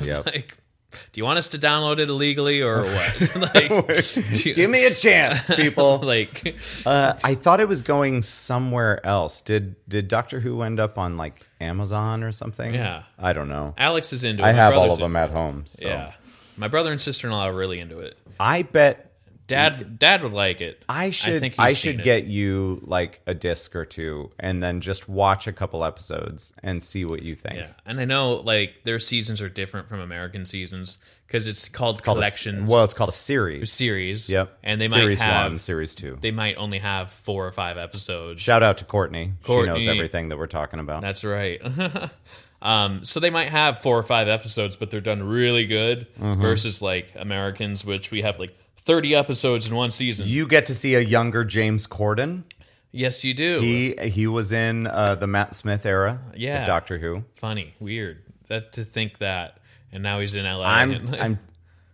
Speaker 1: Yep.
Speaker 2: like do you want us to download it illegally or
Speaker 1: <laughs>
Speaker 2: what? <laughs> like, do you-
Speaker 1: Give me a
Speaker 2: <laughs>
Speaker 1: chance, people.
Speaker 2: like
Speaker 1: Uh, I thought it was going somewhere else. Did did Doctor Who end up on like Amazon or something?
Speaker 2: Yeah.
Speaker 1: I don't know.
Speaker 2: Alex is into it.
Speaker 1: I
Speaker 2: My
Speaker 1: have all
Speaker 2: brother's
Speaker 1: of them
Speaker 2: in-
Speaker 1: at home. So.
Speaker 2: Yeah, my brother and sister in law are really into it.
Speaker 1: I bet
Speaker 2: Dad, Dad would like it.
Speaker 1: I should I,
Speaker 2: think he's seen
Speaker 1: should
Speaker 2: it.
Speaker 1: get you like a disc or two and then just watch a couple episodes and see what you think.
Speaker 2: Yeah, and I know like their seasons are different from American seasons because it's called
Speaker 1: Called a s-
Speaker 2: collections.
Speaker 1: well, it's called a series.
Speaker 2: series.
Speaker 1: Yep.
Speaker 2: and they
Speaker 1: series
Speaker 2: might have
Speaker 1: one, series two.
Speaker 2: they might only have four or five episodes.
Speaker 1: Shout out to Courtney. She knows
Speaker 2: Courtney.
Speaker 1: everything that we're talking about.
Speaker 2: That's right. <laughs> um, so they might have four or five episodes, but they're done really good.
Speaker 1: Mm-hmm.
Speaker 2: Versus like Americans, which we have like thirty episodes in one season.
Speaker 1: you get to see a younger James Corden.
Speaker 2: yes, you do.
Speaker 1: He he was in uh, the Matt Smith era
Speaker 2: Yeah.
Speaker 1: of Doctor Who.
Speaker 2: funny, weird. That to think that, and now he's in LA.
Speaker 1: I'm
Speaker 2: and, like,
Speaker 1: I'm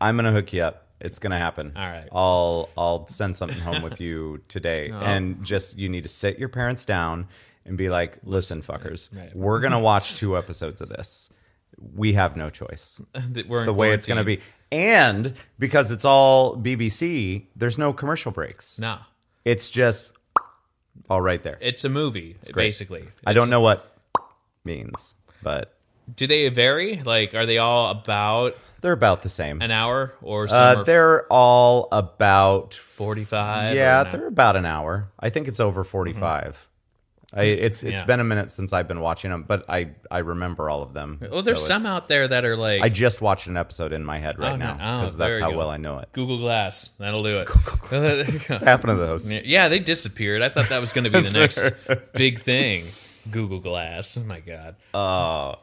Speaker 1: I'm gonna hook you up. It's gonna happen.
Speaker 2: All right.
Speaker 1: I'll I'll send something home
Speaker 2: <laughs>
Speaker 1: with you today, and just you need to sit your parents down and be like, listen, fuckers,
Speaker 2: Right.
Speaker 1: we're
Speaker 2: <laughs>
Speaker 1: gonna watch two episodes of this. We have no choice.
Speaker 2: that <laughs> we're
Speaker 1: It's
Speaker 2: in
Speaker 1: the way it's gonna be.
Speaker 2: quarantine.
Speaker 1: And because it's all BBC, there's no commercial breaks.
Speaker 2: Nah,
Speaker 1: It's just all right there.
Speaker 2: it's a movie basically.
Speaker 1: I don't know what means, but
Speaker 2: Do they vary? Like, are they all about
Speaker 1: they're about the same.
Speaker 2: an hour or some
Speaker 1: Uh,
Speaker 2: are
Speaker 1: they're all about
Speaker 2: forty-five? or
Speaker 1: Yeah,
Speaker 2: an hour?
Speaker 1: they're about an hour. I think it's over 45. I, it's it's
Speaker 2: Mm-hmm. Yeah.
Speaker 1: been a minute since I've been watching them, but I, I remember all of them.
Speaker 2: Well, there's
Speaker 1: so
Speaker 2: some
Speaker 1: it's-
Speaker 2: out there that are like
Speaker 1: I just watched an episode in my head right
Speaker 2: Oh,
Speaker 1: now
Speaker 2: no. Oh,
Speaker 1: because
Speaker 2: there
Speaker 1: that's
Speaker 2: you
Speaker 1: how
Speaker 2: go.
Speaker 1: well I know it.
Speaker 2: Google Glass. That'll do it. <laughs> There you go.
Speaker 1: What happened to those?
Speaker 2: yeah, they disappeared. I thought that was going to be the
Speaker 1: <laughs>
Speaker 2: next big thing. Google Glass. Oh my god,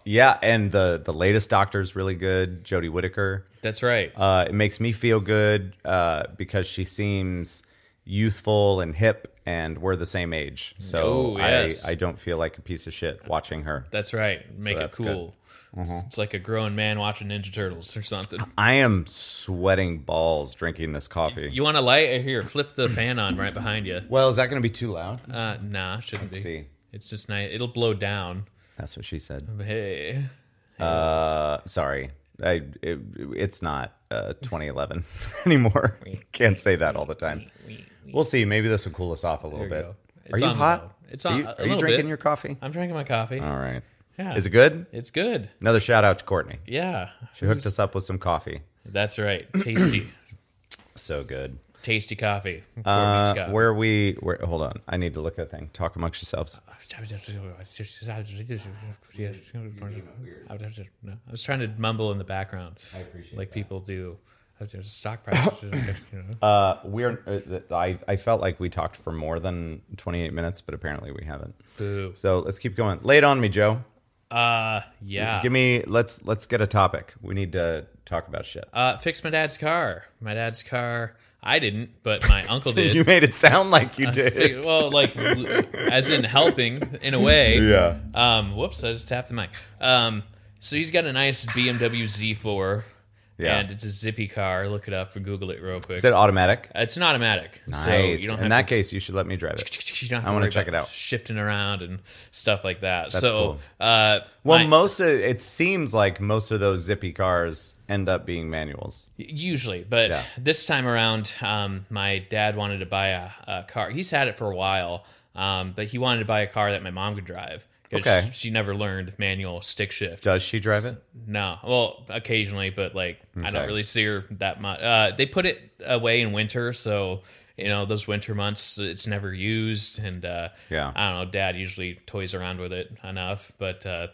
Speaker 1: Yeah, and the the latest Doctor's really good. Jodie Whittaker.
Speaker 2: that's right.
Speaker 1: Uh, it makes me feel good uh, because she seems youthful and hip, and we're the same age. So
Speaker 2: Oh, yes.
Speaker 1: I I don't feel like a piece of shit watching her.
Speaker 2: That's right. Make it
Speaker 1: that's good. Mm-hmm.
Speaker 2: cool. It's like a grown man watching Ninja Turtles or something.
Speaker 1: I am sweating balls drinking this coffee.
Speaker 2: You want a light? Here, flip the fan on right behind you.
Speaker 1: well, is that going to be too loud?
Speaker 2: Uh, nah, shouldn't
Speaker 1: Let's
Speaker 2: be.
Speaker 1: see.
Speaker 2: It's just nice. It'll blow down.
Speaker 1: That's what she said.
Speaker 2: Hey,
Speaker 1: Uh, sorry. I, it, it's not uh, 2011 <laughs> anymore. Can't say that all the time. We'll see. Maybe this will cool us off a little
Speaker 2: There you
Speaker 1: bit.
Speaker 2: go.
Speaker 1: Are
Speaker 2: It's
Speaker 1: you
Speaker 2: on the
Speaker 1: hot?
Speaker 2: low. It's
Speaker 1: Are
Speaker 2: on-
Speaker 1: you,
Speaker 2: a
Speaker 1: are you
Speaker 2: little
Speaker 1: drinking
Speaker 2: bit. Uh,
Speaker 1: your coffee?
Speaker 2: I'm drinking my coffee.
Speaker 1: All right.
Speaker 2: Yeah.
Speaker 1: Uh, Is it good?
Speaker 2: It's good.
Speaker 1: Another shout out to Courtney.
Speaker 2: Yeah.
Speaker 1: She hooked us up with some coffee.
Speaker 2: That's right. Tasty,
Speaker 1: <clears throat> So good.
Speaker 2: tasty coffee. Courtney's
Speaker 1: Uh,
Speaker 2: got-
Speaker 1: where we? Where? Hold on. I need to look at a thing. Talk amongst yourselves.
Speaker 2: I was trying to mumble in the background, I appreciate like people do. There's a
Speaker 1: <laughs>
Speaker 2: stock price.
Speaker 1: Uh, we're. Uh, th- I I felt like we talked for more than 28 minutes, but apparently we haven't.
Speaker 2: Boo.
Speaker 1: So let's keep going. Lay it on me, Joe.
Speaker 2: Uh, yeah.
Speaker 1: Give me. Let's let's get a topic. We need to talk about shit.
Speaker 2: Uh, fixed my dad's car. My dad's car. I didn't, but my
Speaker 1: <laughs>
Speaker 2: uncle did.
Speaker 1: <laughs> you made it sound like <laughs> you did.
Speaker 2: Fi- well, like w- as in helping in a way.
Speaker 1: yeah.
Speaker 2: Um, whoops, I just tapped the mic. Um, so he's got a nice BMW Z4.
Speaker 1: Yeah.
Speaker 2: And it's a zippy car. Look it up or Google it real quick.
Speaker 1: Is it automatic?
Speaker 2: it's an automatic. So
Speaker 1: nice.
Speaker 2: you don't have
Speaker 1: In
Speaker 2: to
Speaker 1: that case, you should let me drive it.
Speaker 2: <laughs> you don't have
Speaker 1: I
Speaker 2: to
Speaker 1: wanna
Speaker 2: worry
Speaker 1: check
Speaker 2: about
Speaker 1: it out.
Speaker 2: Shifting around and stuff like that. so,
Speaker 1: cool.
Speaker 2: uh,
Speaker 1: Well,
Speaker 2: my-
Speaker 1: most of, it seems like most of those zippy cars end up being manuals.
Speaker 2: usually, but
Speaker 1: Yeah.
Speaker 2: this time around, um, my dad wanted to buy a, a car. He's had it for a while, um, but he wanted to buy a car that my mom could drive. 'cause
Speaker 1: Okay.
Speaker 2: She never learned manual stick shift.
Speaker 1: Does she drive it?
Speaker 2: No. Well, occasionally, but like I
Speaker 1: Okay.
Speaker 2: don't really see her that much. Uh, they put it away in winter, so you know those winter months it's never used, and uh,
Speaker 1: Yeah.
Speaker 2: I don't know. Dad usually toys around with it enough, but uh,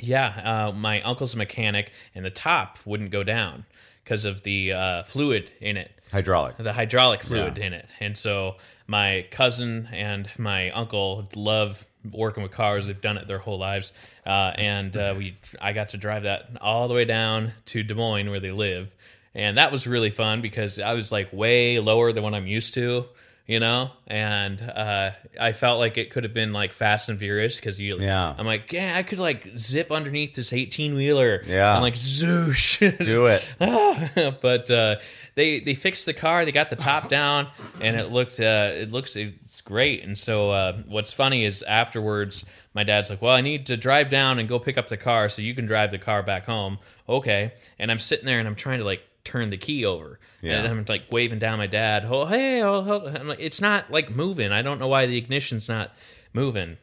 Speaker 2: yeah, uh, my uncle's a mechanic, and the top wouldn't go down because of the uh, fluid in it
Speaker 1: Hydraulic.
Speaker 2: the hydraulic fluid in it. And so my cousin and my uncle love working with cars. They've done it their whole lives. Uh, and uh, we, I got to drive that all the way down to Des Moines where they live. And that was really fun because I was like way lower than what I'm used to, you know? And uh, I felt like it could have been like fast and furious because you,
Speaker 1: Yeah.
Speaker 2: I'm like, yeah, I could like zip underneath this 18 wheeler.
Speaker 1: Yeah.
Speaker 2: I'm like, zoosh. <laughs>
Speaker 1: Do it.
Speaker 2: Ah, but uh, they they fixed the car. They got the top down, and it looked uh, it looks it's great. And so uh, what's funny is afterwards, my dad's like, "Well, I need to drive down and go pick up the car, so you can drive the car back home." Okay, and I'm sitting there and I'm trying to like turn the key over.
Speaker 1: Yeah.
Speaker 2: And I'm like waving down my dad, oh hey, oh, oh," I'm like, it's not like moving. I don't know why the ignition's not moving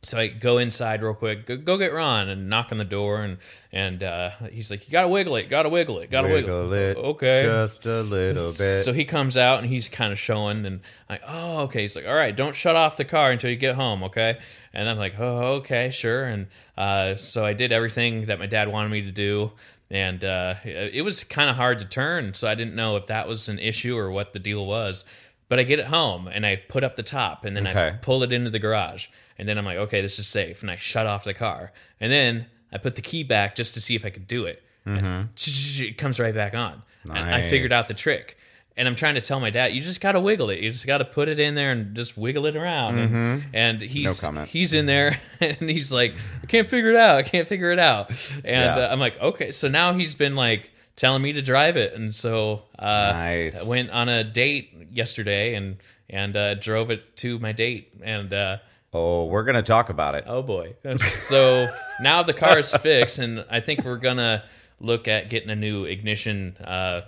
Speaker 2: so I go inside real quick, go, go get Ron, and knock on the door, and and uh, he's like, "You gotta wiggle it, gotta wiggle it, gotta wiggle,
Speaker 1: Wiggle it.
Speaker 2: Okay,
Speaker 1: Just a little bit.
Speaker 2: so he comes out and he's kind of showing, and I, oh, okay. He's like, all right, don't shut off the car until you get home, okay? And I'm like, oh, okay, sure. And uh, so I did everything that my dad wanted me to do, and uh, it was kind of hard to turn, so I didn't know if that was an issue or what the deal was. But I get it home and I put up the top, and then I
Speaker 1: Okay.
Speaker 2: pull it into the garage, and then I'm like, okay, this is safe, and I shut off the car, and then I put the key back just to see if I could do it. And it comes right back on. And I figured out the
Speaker 1: Nice.
Speaker 2: trick trick. And I'm trying to tell my dad, you just gotta wiggle it. You just gotta put it in there and just wiggle it around. And, and he's
Speaker 1: Mm-hmm. No comment.
Speaker 2: he's in there <laughs> and he's like, I can't figure it out. I can't figure it out. And
Speaker 1: Yeah.
Speaker 2: uh, I'm like, okay. So now he's been like telling me to drive it. And so uh,
Speaker 1: Nice.
Speaker 2: I went on a date yesterday and and uh, drove it to my date. And uh,
Speaker 1: oh, we're gonna talk about it.
Speaker 2: Oh boy. <laughs> So now the car is fixed, and I think we're gonna look at getting a new ignition uh,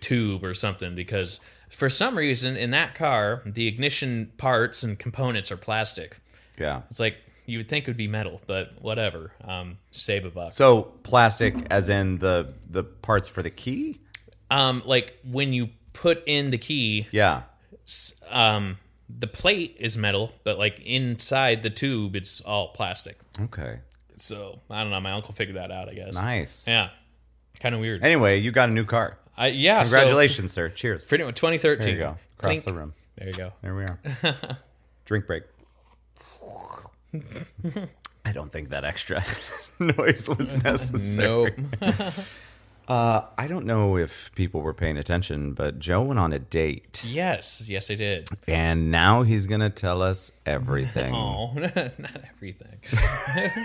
Speaker 2: tube or something because for some reason in that car the ignition parts and components are plastic.
Speaker 1: Yeah.
Speaker 2: It's like you would think it would be metal, but whatever. Um, save a buck.
Speaker 1: So plastic, as in the the parts for the key.
Speaker 2: Um, like when you put in the key,
Speaker 1: Yeah.
Speaker 2: s- um, the plate is metal, but like inside the tube, it's all plastic.
Speaker 1: Okay.
Speaker 2: So I don't know. My uncle figured that out. I guess.
Speaker 1: Nice.
Speaker 2: Yeah. Kind of weird.
Speaker 1: Anyway, you got a new car.
Speaker 2: I, yeah. so-
Speaker 1: Congratulations, sir. Cheers.
Speaker 2: Pretty much 2013.
Speaker 1: There you go. Across
Speaker 2: Clink.
Speaker 1: the room.
Speaker 2: There you go.
Speaker 1: There we are.
Speaker 2: <laughs>
Speaker 1: Drink break. I don't think that extra <laughs> noise was necessary.
Speaker 2: Nope.
Speaker 1: I don't know if people were paying attention, but Joe went on a date,
Speaker 2: yes. Yes,
Speaker 1: <laughs>
Speaker 2: I did.
Speaker 1: and now he's gonna tell us
Speaker 2: <laughs>
Speaker 1: everything.
Speaker 2: Oh, not everything. <laughs>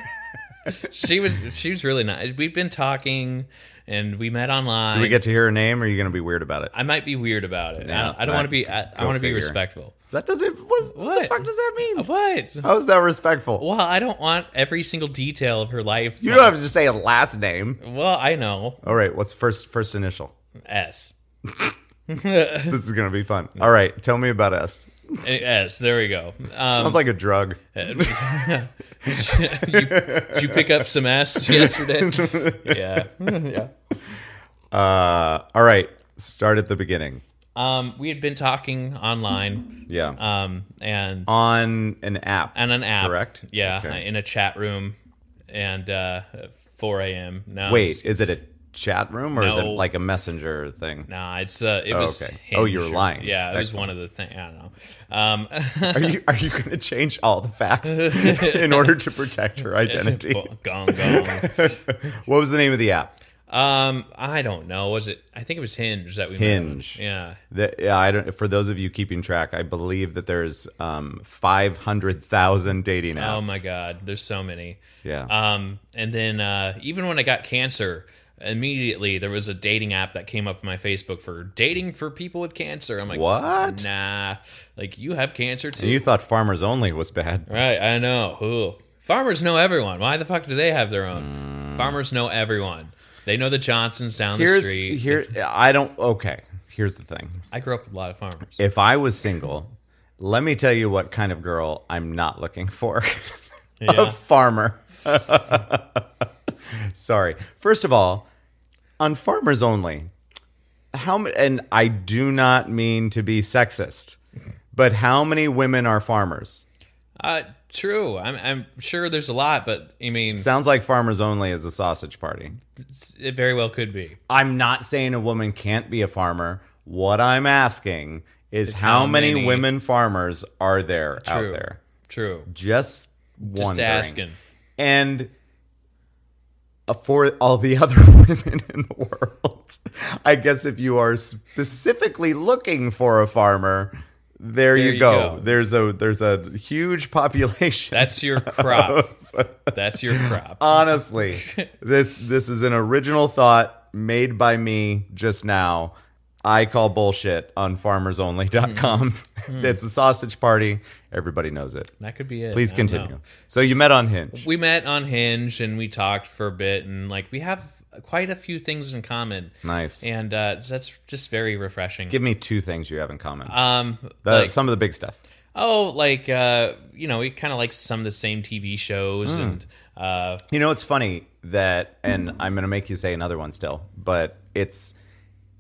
Speaker 2: she was she was really nice. We've been talking, and we met online.
Speaker 1: Do we get to hear her name, or are you gonna be weird about it?
Speaker 2: I might be weird about it. I
Speaker 1: Yeah,
Speaker 2: don't, I don't want to
Speaker 1: that-
Speaker 2: be. I, I
Speaker 1: go
Speaker 2: want to be
Speaker 1: figure.
Speaker 2: respectful.
Speaker 1: That doesn't. What, what the
Speaker 2: What?
Speaker 1: fuck does that mean?
Speaker 2: What?
Speaker 1: How is that respectful?
Speaker 2: Well, I don't want every single detail of her life.
Speaker 1: You don't have to just say a last name.
Speaker 2: Well, I know
Speaker 1: All right, what's first first
Speaker 2: <laughs>
Speaker 1: initial?
Speaker 2: S.
Speaker 1: This is gonna be fun. All right, tell me about us.
Speaker 2: S. There we go. Um,
Speaker 1: Sounds like a drug.
Speaker 2: you, did you pick up
Speaker 1: <laughs>
Speaker 2: some S yesterday? yeah. Yeah.
Speaker 1: Uh, all right, start at the beginning.
Speaker 2: Um, we had been talking online,
Speaker 1: Yeah,
Speaker 2: um, and
Speaker 1: on an app.
Speaker 2: on an app,
Speaker 1: correct?
Speaker 2: Yeah,
Speaker 1: Okay.
Speaker 2: in a chat room, and uh, 4 a.m. No,
Speaker 1: Wait,
Speaker 2: it's-
Speaker 1: is it a chat room or is it
Speaker 2: No.
Speaker 1: like a messenger thing?
Speaker 2: Nah, it's uh, it was.
Speaker 1: okay. Oh,
Speaker 2: Hinge
Speaker 1: you're
Speaker 2: or
Speaker 1: lying.
Speaker 2: something. Yeah, it was
Speaker 1: Excellent.
Speaker 2: one of the thing. I don't know. Um, <laughs>
Speaker 1: Are you are you going to change all the facts in order to protect her identity?
Speaker 2: gong gong.
Speaker 1: <laughs> what was the name of the app?
Speaker 2: Um, I don't know. Was it? I think it was Hinge that we met on.
Speaker 1: Hinge.
Speaker 2: Yeah.
Speaker 1: The, yeah, I don't. For those of you keeping track, I believe that there's um, five hundred thousand dating apps.
Speaker 2: Oh my god, there's so many.
Speaker 1: Yeah.
Speaker 2: Um, and then uh, even when I got cancer, immediately there was a dating app that came up on my Facebook for dating for people with cancer. I'm like,
Speaker 1: What?
Speaker 2: Nah. Like you have cancer too.
Speaker 1: And you thought Farmers Only was bad.
Speaker 2: Right, I know. Ooh. Farmers know everyone. Why the fuck do they have their own? Farmers know everyone. They know the Johnsons down the
Speaker 1: Mm. Here's
Speaker 2: street.
Speaker 1: here. I don't. Okay. Here's the thing.
Speaker 2: I grew up with a lot of farmers.
Speaker 1: If I was single, let me tell you what kind of girl I'm not looking for. <laughs> a
Speaker 2: Yeah.
Speaker 1: farmer. <laughs> Sorry. First of all, on farmers only, how ma- and I do not mean to be sexist, but how many women are farmers?
Speaker 2: Uh, true. I'm, I'm sure there's a lot, but I mean,
Speaker 1: Mm-hmm. Sounds like farmers only is a sausage party.
Speaker 2: it's- it very well could be.
Speaker 1: I'm not saying a woman can't be a farmer. What I'm asking is how,
Speaker 2: how
Speaker 1: many,
Speaker 2: many-
Speaker 1: women farmers are there out
Speaker 2: True.
Speaker 1: there?
Speaker 2: True.
Speaker 1: Just wondering.
Speaker 2: Just asking.
Speaker 1: and uh, for all the <laughs> other women in the world. I guess if you are specifically looking for a farmer, there, you,
Speaker 2: you
Speaker 1: go.
Speaker 2: go.
Speaker 1: There's a there's a huge population.
Speaker 2: That's
Speaker 1: <laughs>
Speaker 2: your crop. That's your crop.
Speaker 1: Um, Honestly, this this is an original thought made by me just now. I call bullshit on farmersonly.com.
Speaker 2: Hmm.
Speaker 1: it's a sausage party. Everybody knows it.
Speaker 2: that could be it.
Speaker 1: Please
Speaker 2: I don't
Speaker 1: continue.
Speaker 2: know.
Speaker 1: So you met on Hinge.
Speaker 2: We met on Hinge and we talked for a bit, and like we have quite a few things in common.
Speaker 1: Nice.
Speaker 2: And uh, that's just very refreshing.
Speaker 1: Give me two things you have in common.
Speaker 2: um,
Speaker 1: The-
Speaker 2: like,
Speaker 1: some of the big stuff.
Speaker 2: oh, like uh, you know, we kind of like some of the same TV shows,
Speaker 1: Hmm.
Speaker 2: and uh,
Speaker 1: You know, it's funny that, and I'm going to make you say another one still, but it's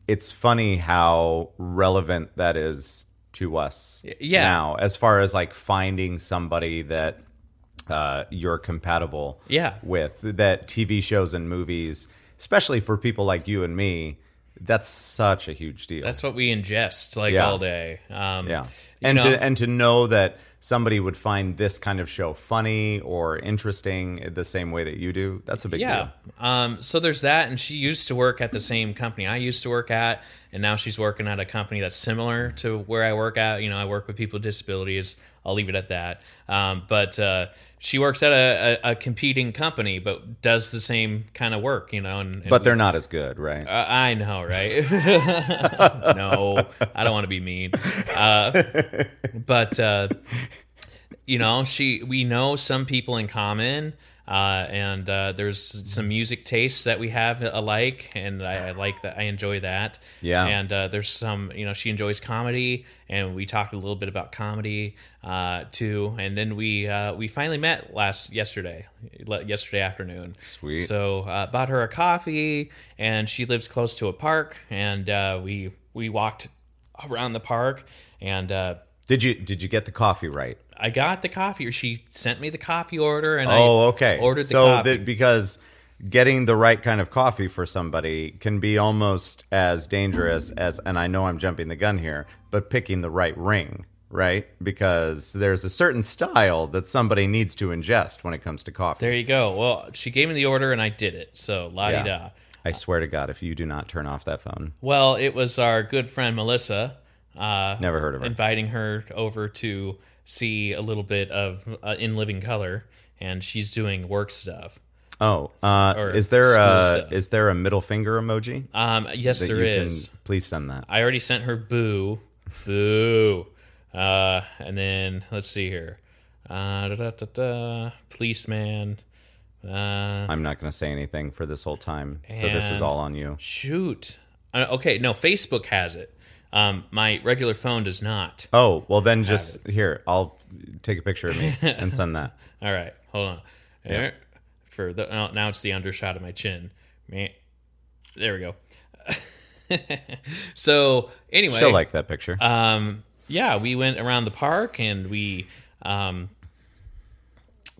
Speaker 1: it's funny how relevant that is to us
Speaker 2: yeah.
Speaker 1: now, as far as like finding somebody that uh, you're compatible
Speaker 2: Yeah.
Speaker 1: with. That TV shows and movies, especially for people like you and me, that's such a huge deal.
Speaker 2: that's what we ingest like
Speaker 1: Yeah.
Speaker 2: all day. Um,
Speaker 1: Yeah.
Speaker 2: you
Speaker 1: And
Speaker 2: know,
Speaker 1: to and to know that somebody would find this kind of show funny or interesting the same way that you do, that's a big
Speaker 2: Yeah.
Speaker 1: deal.
Speaker 2: Um, so there's that, and she used to work at the same company I used to work at, and now she's working at a company that's similar to where I work at. You know, I work with people with disabilities. I'll leave it at that. Um, but uh, she works at a, a, a competing company, but does the same kind of work. You know, and, and
Speaker 1: But they're not as good, right?
Speaker 2: uh, I know, right? <laughs> no, I don't want to be mean. Uh, but uh, you know, she we know some people in common, uh, and uh, there's some music tastes that we have alike, and I, I like that. I enjoy that.
Speaker 1: Yeah.
Speaker 2: And uh, there's some, you know, she enjoys comedy, and we talked a little bit about comedy uh, too. And then we uh, we finally met last yesterday, le- yesterday afternoon.
Speaker 1: Sweet.
Speaker 2: So uh, bought her a coffee, and she lives close to a park, and uh, we we walked around the park, and uh,
Speaker 1: did you did you get the coffee right?
Speaker 2: I got the coffee. or She sent me the coffee order, and I
Speaker 1: oh, okay.
Speaker 2: ordered the
Speaker 1: so
Speaker 2: coffee.
Speaker 1: that because getting the right kind of coffee for somebody can be almost as dangerous as and I know I'm jumping the gun here, but picking the right ring, right? Because there's a certain style that somebody needs to ingest when it comes to coffee.
Speaker 2: there you go. Well, she gave me the order, and I did it. So la di da.
Speaker 1: Yeah. I swear to God, if you do not turn off that phone,
Speaker 2: Well, it was our good friend Melissa. Uh,
Speaker 1: Never heard of her.
Speaker 2: Inviting her over to see a little bit of uh, In Living Color, and she's doing work stuff.
Speaker 1: oh, uh,
Speaker 2: Or
Speaker 1: is there
Speaker 2: school
Speaker 1: a,
Speaker 2: stuff.
Speaker 1: is there a middle finger emoji?
Speaker 2: Um, yes,
Speaker 1: that
Speaker 2: there
Speaker 1: you
Speaker 2: is.
Speaker 1: Can, please send that.
Speaker 2: I already sent her boo, boo. Uh, and then let's see here. Uh, da, da, da, da, policeman. Uh,
Speaker 1: I'm not going to say anything for this whole time, so this is
Speaker 2: And-
Speaker 1: all on you.
Speaker 2: shoot. Uh, okay, no, Facebook has it. Um, my regular phone does not.
Speaker 1: Oh, well then just here, I'll take a picture of
Speaker 2: <laughs>
Speaker 1: me and send that.
Speaker 2: All right, hold on. Er, For the oh, now, it's the undershot of my chin. Meh. There we go. <laughs> so anyway,
Speaker 1: She'll like that picture.
Speaker 2: Uh, um, yeah, we went around the park and we um,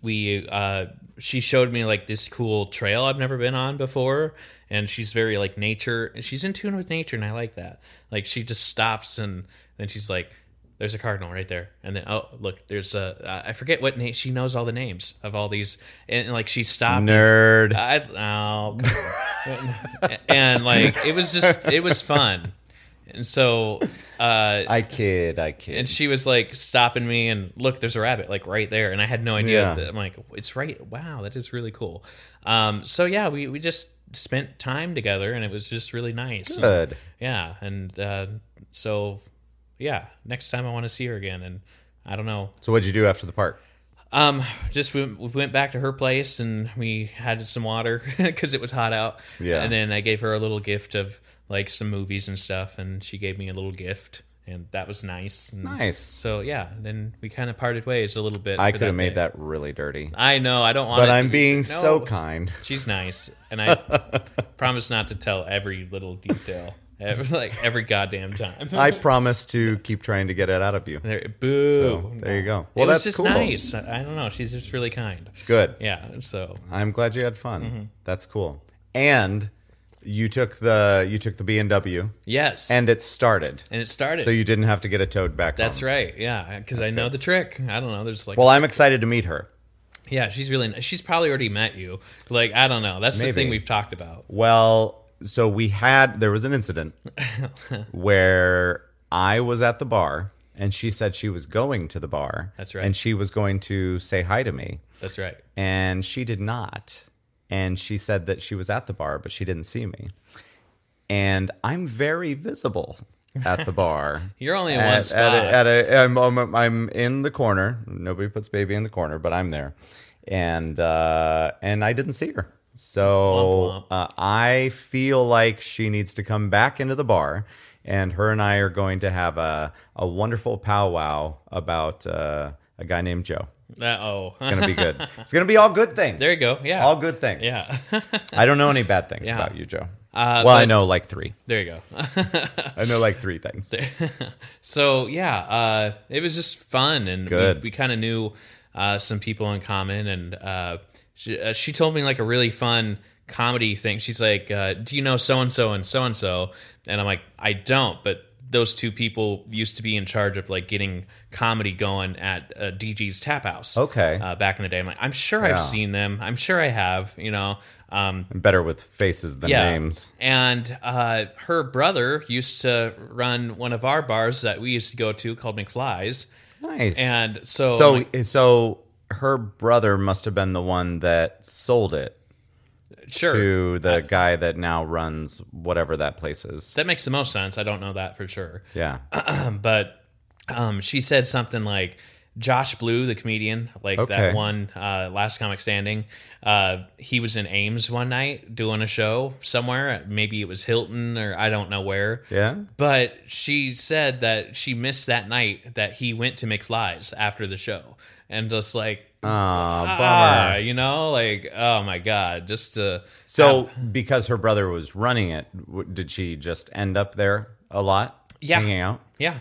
Speaker 2: we uh, she showed me like this cool trail I've never been on before, and she's very like nature. She's in tune with nature, and I like that. Like she just stops and then she's like, "There's a cardinal right there," and then oh look, there's a I forget what name. She knows all the names of all these, and, like she stopped.
Speaker 1: Nerd.
Speaker 2: I oh, come on. and like it was just it was fun, and so uh,
Speaker 1: I kid. I kid.
Speaker 2: and she was like stopping me and look there's a rabbit like right there and i had no idea
Speaker 1: Yeah.
Speaker 2: that, i'm like it's right wow that is really cool um so yeah we we just spent time together and it was just really nice And-
Speaker 1: Good.
Speaker 2: yeah and uh so yeah next time i want to see her again and i don't know
Speaker 1: So what'd you do after the park?
Speaker 2: um, just we, we went back to her place and we had some water <laughs> because it was hot out.
Speaker 1: Yeah.
Speaker 2: And then I gave her a little gift of like some movies and stuff, and she gave me a little gift, and that was nice. And
Speaker 1: Nice.
Speaker 2: So yeah, then we kind of parted ways a little bit.
Speaker 1: I
Speaker 2: for
Speaker 1: could have made
Speaker 2: day.
Speaker 1: that really dirty,
Speaker 2: I know. I don't want.
Speaker 1: but
Speaker 2: it to
Speaker 1: I'm
Speaker 2: be-
Speaker 1: being
Speaker 2: No.
Speaker 1: so
Speaker 2: <laughs>
Speaker 1: kind.
Speaker 2: She's nice,
Speaker 1: <laughs>
Speaker 2: and I promise not to tell every little detail, every, <laughs> like every
Speaker 1: <laughs>
Speaker 2: goddamn time.
Speaker 1: I promise to keep trying to get it out of you.
Speaker 2: there, boo.
Speaker 1: So, there you go. Well,
Speaker 2: it was
Speaker 1: that's
Speaker 2: just
Speaker 1: cool.
Speaker 2: nice. I I don't know. She's just really kind.
Speaker 1: Good.
Speaker 2: Yeah. So
Speaker 1: I'm glad you had fun.
Speaker 2: Mm-hmm.
Speaker 1: That's cool. And you took the you took the B and W,
Speaker 2: Yes.
Speaker 1: and it started.
Speaker 2: and it started.
Speaker 1: So you didn't have to get a toad back.
Speaker 2: That's
Speaker 1: home.
Speaker 2: right. Yeah, because I know the trick. I don't know. There's like,
Speaker 1: Well, I'm excited to meet her.
Speaker 2: yeah, she's really. nice. She's probably already met you. Like, I don't know. That's the
Speaker 1: Maybe.
Speaker 2: thing we've talked about.
Speaker 1: Well, so we had there was an
Speaker 2: <laughs>
Speaker 1: incident where I was at the bar and she said she was going to the bar.
Speaker 2: That's right.
Speaker 1: And she was going to say hi to me.
Speaker 2: That's right.
Speaker 1: and she did not. And she said that she was at the bar, but she didn't see me. And I'm very visible at the bar.
Speaker 2: <laughs> You're only in
Speaker 1: at,
Speaker 2: one spot.
Speaker 1: At a, at a, I'm, I'm, I'm in the corner. Nobody puts baby in the corner, but I'm there. And uh, and I didn't see her. So
Speaker 2: Womp womp.
Speaker 1: uh, I feel like she needs to come back into the bar. And her and I are going to have a, a wonderful powwow about uh, a guy named Joe
Speaker 2: Uh, oh,
Speaker 1: gonna be good. It's gonna be all good things.
Speaker 2: There you go. Yeah.
Speaker 1: all good things.
Speaker 2: yeah.
Speaker 1: I don't know any bad things
Speaker 2: Yeah. Uh,
Speaker 1: about you, Joe. well, I
Speaker 2: but-
Speaker 1: know like three.
Speaker 2: there you go.
Speaker 1: I know like three things.
Speaker 2: so yeah, uh, it was just fun, and
Speaker 1: Good.
Speaker 2: we, we kind of knew uh, some people in common, and uh, she, uh, she told me like a really fun comedy thing. She's like, uh, "Do you know so and so and so and so?" And I'm like, "I don't," but those two people used to be in charge of like getting comedy going at uh, DG's Tap House.
Speaker 1: Okay.
Speaker 2: uh, back in the day, I'm like, I'm sure
Speaker 1: Yeah.
Speaker 2: I've seen them. I'm sure I have. You know, um,
Speaker 1: I'm better with faces than names.
Speaker 2: and uh, her brother used to run one of our bars that we used to go to called McFly's.
Speaker 1: Nice.
Speaker 2: And so,
Speaker 1: so
Speaker 2: like,
Speaker 1: so her brother must have been the one that sold it
Speaker 2: sure, Uh,
Speaker 1: to the guy that now runs whatever that place is.
Speaker 2: that makes the most sense. I don't know that for sure.
Speaker 1: yeah.
Speaker 2: Uh, but um, she said something like Josh Blue, the comedian, like
Speaker 1: Okay.
Speaker 2: that one uh, last comic standing. Uh, he was in Ames one night doing a show somewhere. Maybe it was Hilton or I don't know where.
Speaker 1: Yeah?
Speaker 2: But she said that she missed that night that he went to McFly's after the show, and just like
Speaker 1: Oh,
Speaker 2: ah,
Speaker 1: bummer.
Speaker 2: you know, like oh my god, just to
Speaker 1: So because her brother was running it, w- did she just end up there a lot?
Speaker 2: Yeah.
Speaker 1: Hanging out?
Speaker 2: yeah.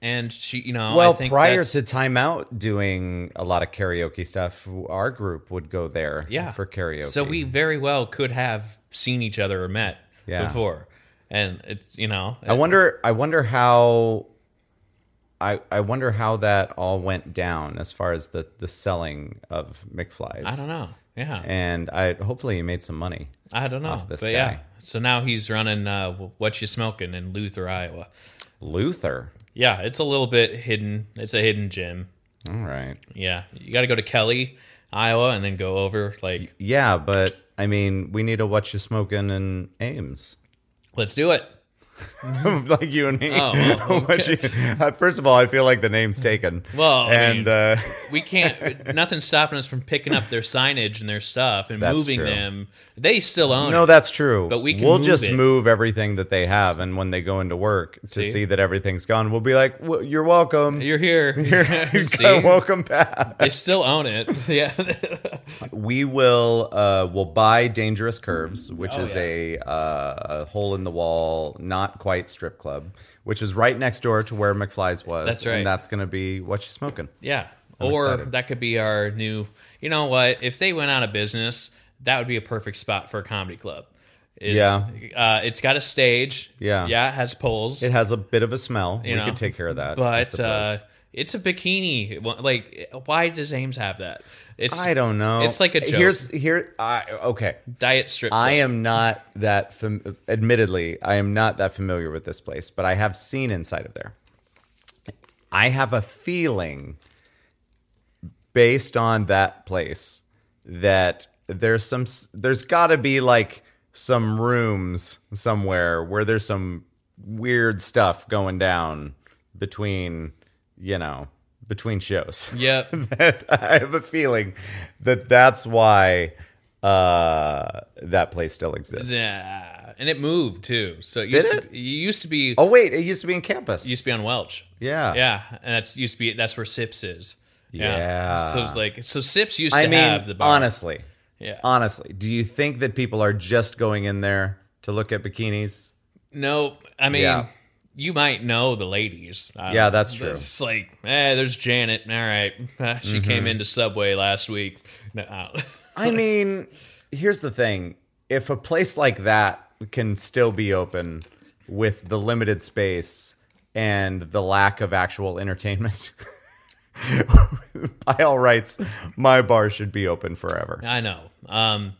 Speaker 2: And she, you know, Oh, I
Speaker 1: Well,
Speaker 2: think
Speaker 1: prior
Speaker 2: that's-
Speaker 1: to timeout doing a lot of karaoke stuff, our group would go there
Speaker 2: yeah.
Speaker 1: for karaoke.
Speaker 2: So we very well could have seen each other or met
Speaker 1: Yeah.
Speaker 2: before. And it's you know
Speaker 1: I wonder I wonder how I I wonder how that all went down as far as the the selling of McFly's.
Speaker 2: I don't know. Yeah.
Speaker 1: And I hopefully he made some money.
Speaker 2: I don't know.
Speaker 1: this
Speaker 2: but yeah.
Speaker 1: guy.
Speaker 2: So now he's running uh, what you smoking in Luther, Iowa.
Speaker 1: Luther.
Speaker 2: Yeah, it's a little bit hidden. It's a hidden gem.
Speaker 1: All right.
Speaker 2: Yeah. You got to go to Kelly, Iowa and then go over like
Speaker 1: Yeah, but I mean, we need a what you smoking in Ames. <laughs>
Speaker 2: let's do it.
Speaker 1: like you and me.
Speaker 2: Oh,
Speaker 1: <laughs>
Speaker 2: well,
Speaker 1: What you- uh, first of all, I feel like the name's taken.
Speaker 2: Well, I
Speaker 1: and
Speaker 2: mean-
Speaker 1: uh,
Speaker 2: We can't <laughs> nothing's stopping us from picking up their signage and their stuff and
Speaker 1: That's
Speaker 2: moving
Speaker 1: true.
Speaker 2: them. They still own
Speaker 1: No,
Speaker 2: it.
Speaker 1: that's true.
Speaker 2: But we can
Speaker 1: will
Speaker 2: move
Speaker 1: just
Speaker 2: it.
Speaker 1: move everything that they have, and when they go into work to see,
Speaker 2: See?
Speaker 1: that everything's gone, we'll be like, well, "You're welcome. <laughs>
Speaker 2: You're here. <laughs> See?
Speaker 1: welcome back."
Speaker 2: They still
Speaker 1: <laughs>
Speaker 2: own it. Yeah.
Speaker 1: We will. Uh, we'll buy Dangerous Curves, which is
Speaker 2: Oh, yeah.
Speaker 1: a, uh, a hole in the wall, not quite strip club, which is right next door to where McFly's was.
Speaker 2: That's right.
Speaker 1: And that's going to be what you smoking.
Speaker 2: <laughs> Yeah.
Speaker 1: I'm
Speaker 2: or
Speaker 1: excited.
Speaker 2: that could be our new. You know what? If they went out of business, that would be a perfect spot for a comedy club. Is-
Speaker 1: Yeah.
Speaker 2: uh, it's got a stage.
Speaker 1: Yeah.
Speaker 2: yeah, it has poles.
Speaker 1: It has a bit of a smell.
Speaker 2: You
Speaker 1: we
Speaker 2: know,
Speaker 1: could take care of that. I
Speaker 2: but
Speaker 1: suppose.
Speaker 2: uh, it's a bikini. Like, why does Ames have that? It's
Speaker 1: I don't know.
Speaker 2: It's like a joke.
Speaker 1: Here's here. I okay.
Speaker 2: diet <laughs> strip.
Speaker 1: I
Speaker 2: club.
Speaker 1: am not that. Fam- admittedly, I am not that familiar with this place, but I have seen inside of there. I have a feeling, based on that place, that there's some. s- There's got to be like some rooms somewhere where there's some weird stuff going down between, you know, between shows <laughs>
Speaker 2: Yep.
Speaker 1: that I have a feeling that that's why uh, that place still exists.
Speaker 2: Yeah, and it moved too. So it used,
Speaker 1: Did
Speaker 2: To, it used to be
Speaker 1: Oh wait, it used to be in campus.
Speaker 2: used to be on Welch.
Speaker 1: Yeah.
Speaker 2: yeah, and that's used to be that's where Sips is.
Speaker 1: Yeah.
Speaker 2: So it's like so Sips used
Speaker 1: I
Speaker 2: to
Speaker 1: mean,
Speaker 2: have the bar.
Speaker 1: honestly,
Speaker 2: yeah.
Speaker 1: honestly, do you think that people are just going in there to look at bikinis?
Speaker 2: no, I mean.
Speaker 1: Yeah.
Speaker 2: You might know the ladies. I don't
Speaker 1: Yeah,
Speaker 2: know.
Speaker 1: that's true.
Speaker 2: It's like, eh, there's Janet. All right, <laughs> she came
Speaker 1: Mm-hmm.
Speaker 2: into Subway last week. No, I don't- <laughs>
Speaker 1: I mean, here's the thing: if a place like that can still be open with the limited space and the lack of actual entertainment. <laughs> By all rights, my bar should be open forever.
Speaker 2: I know. Um,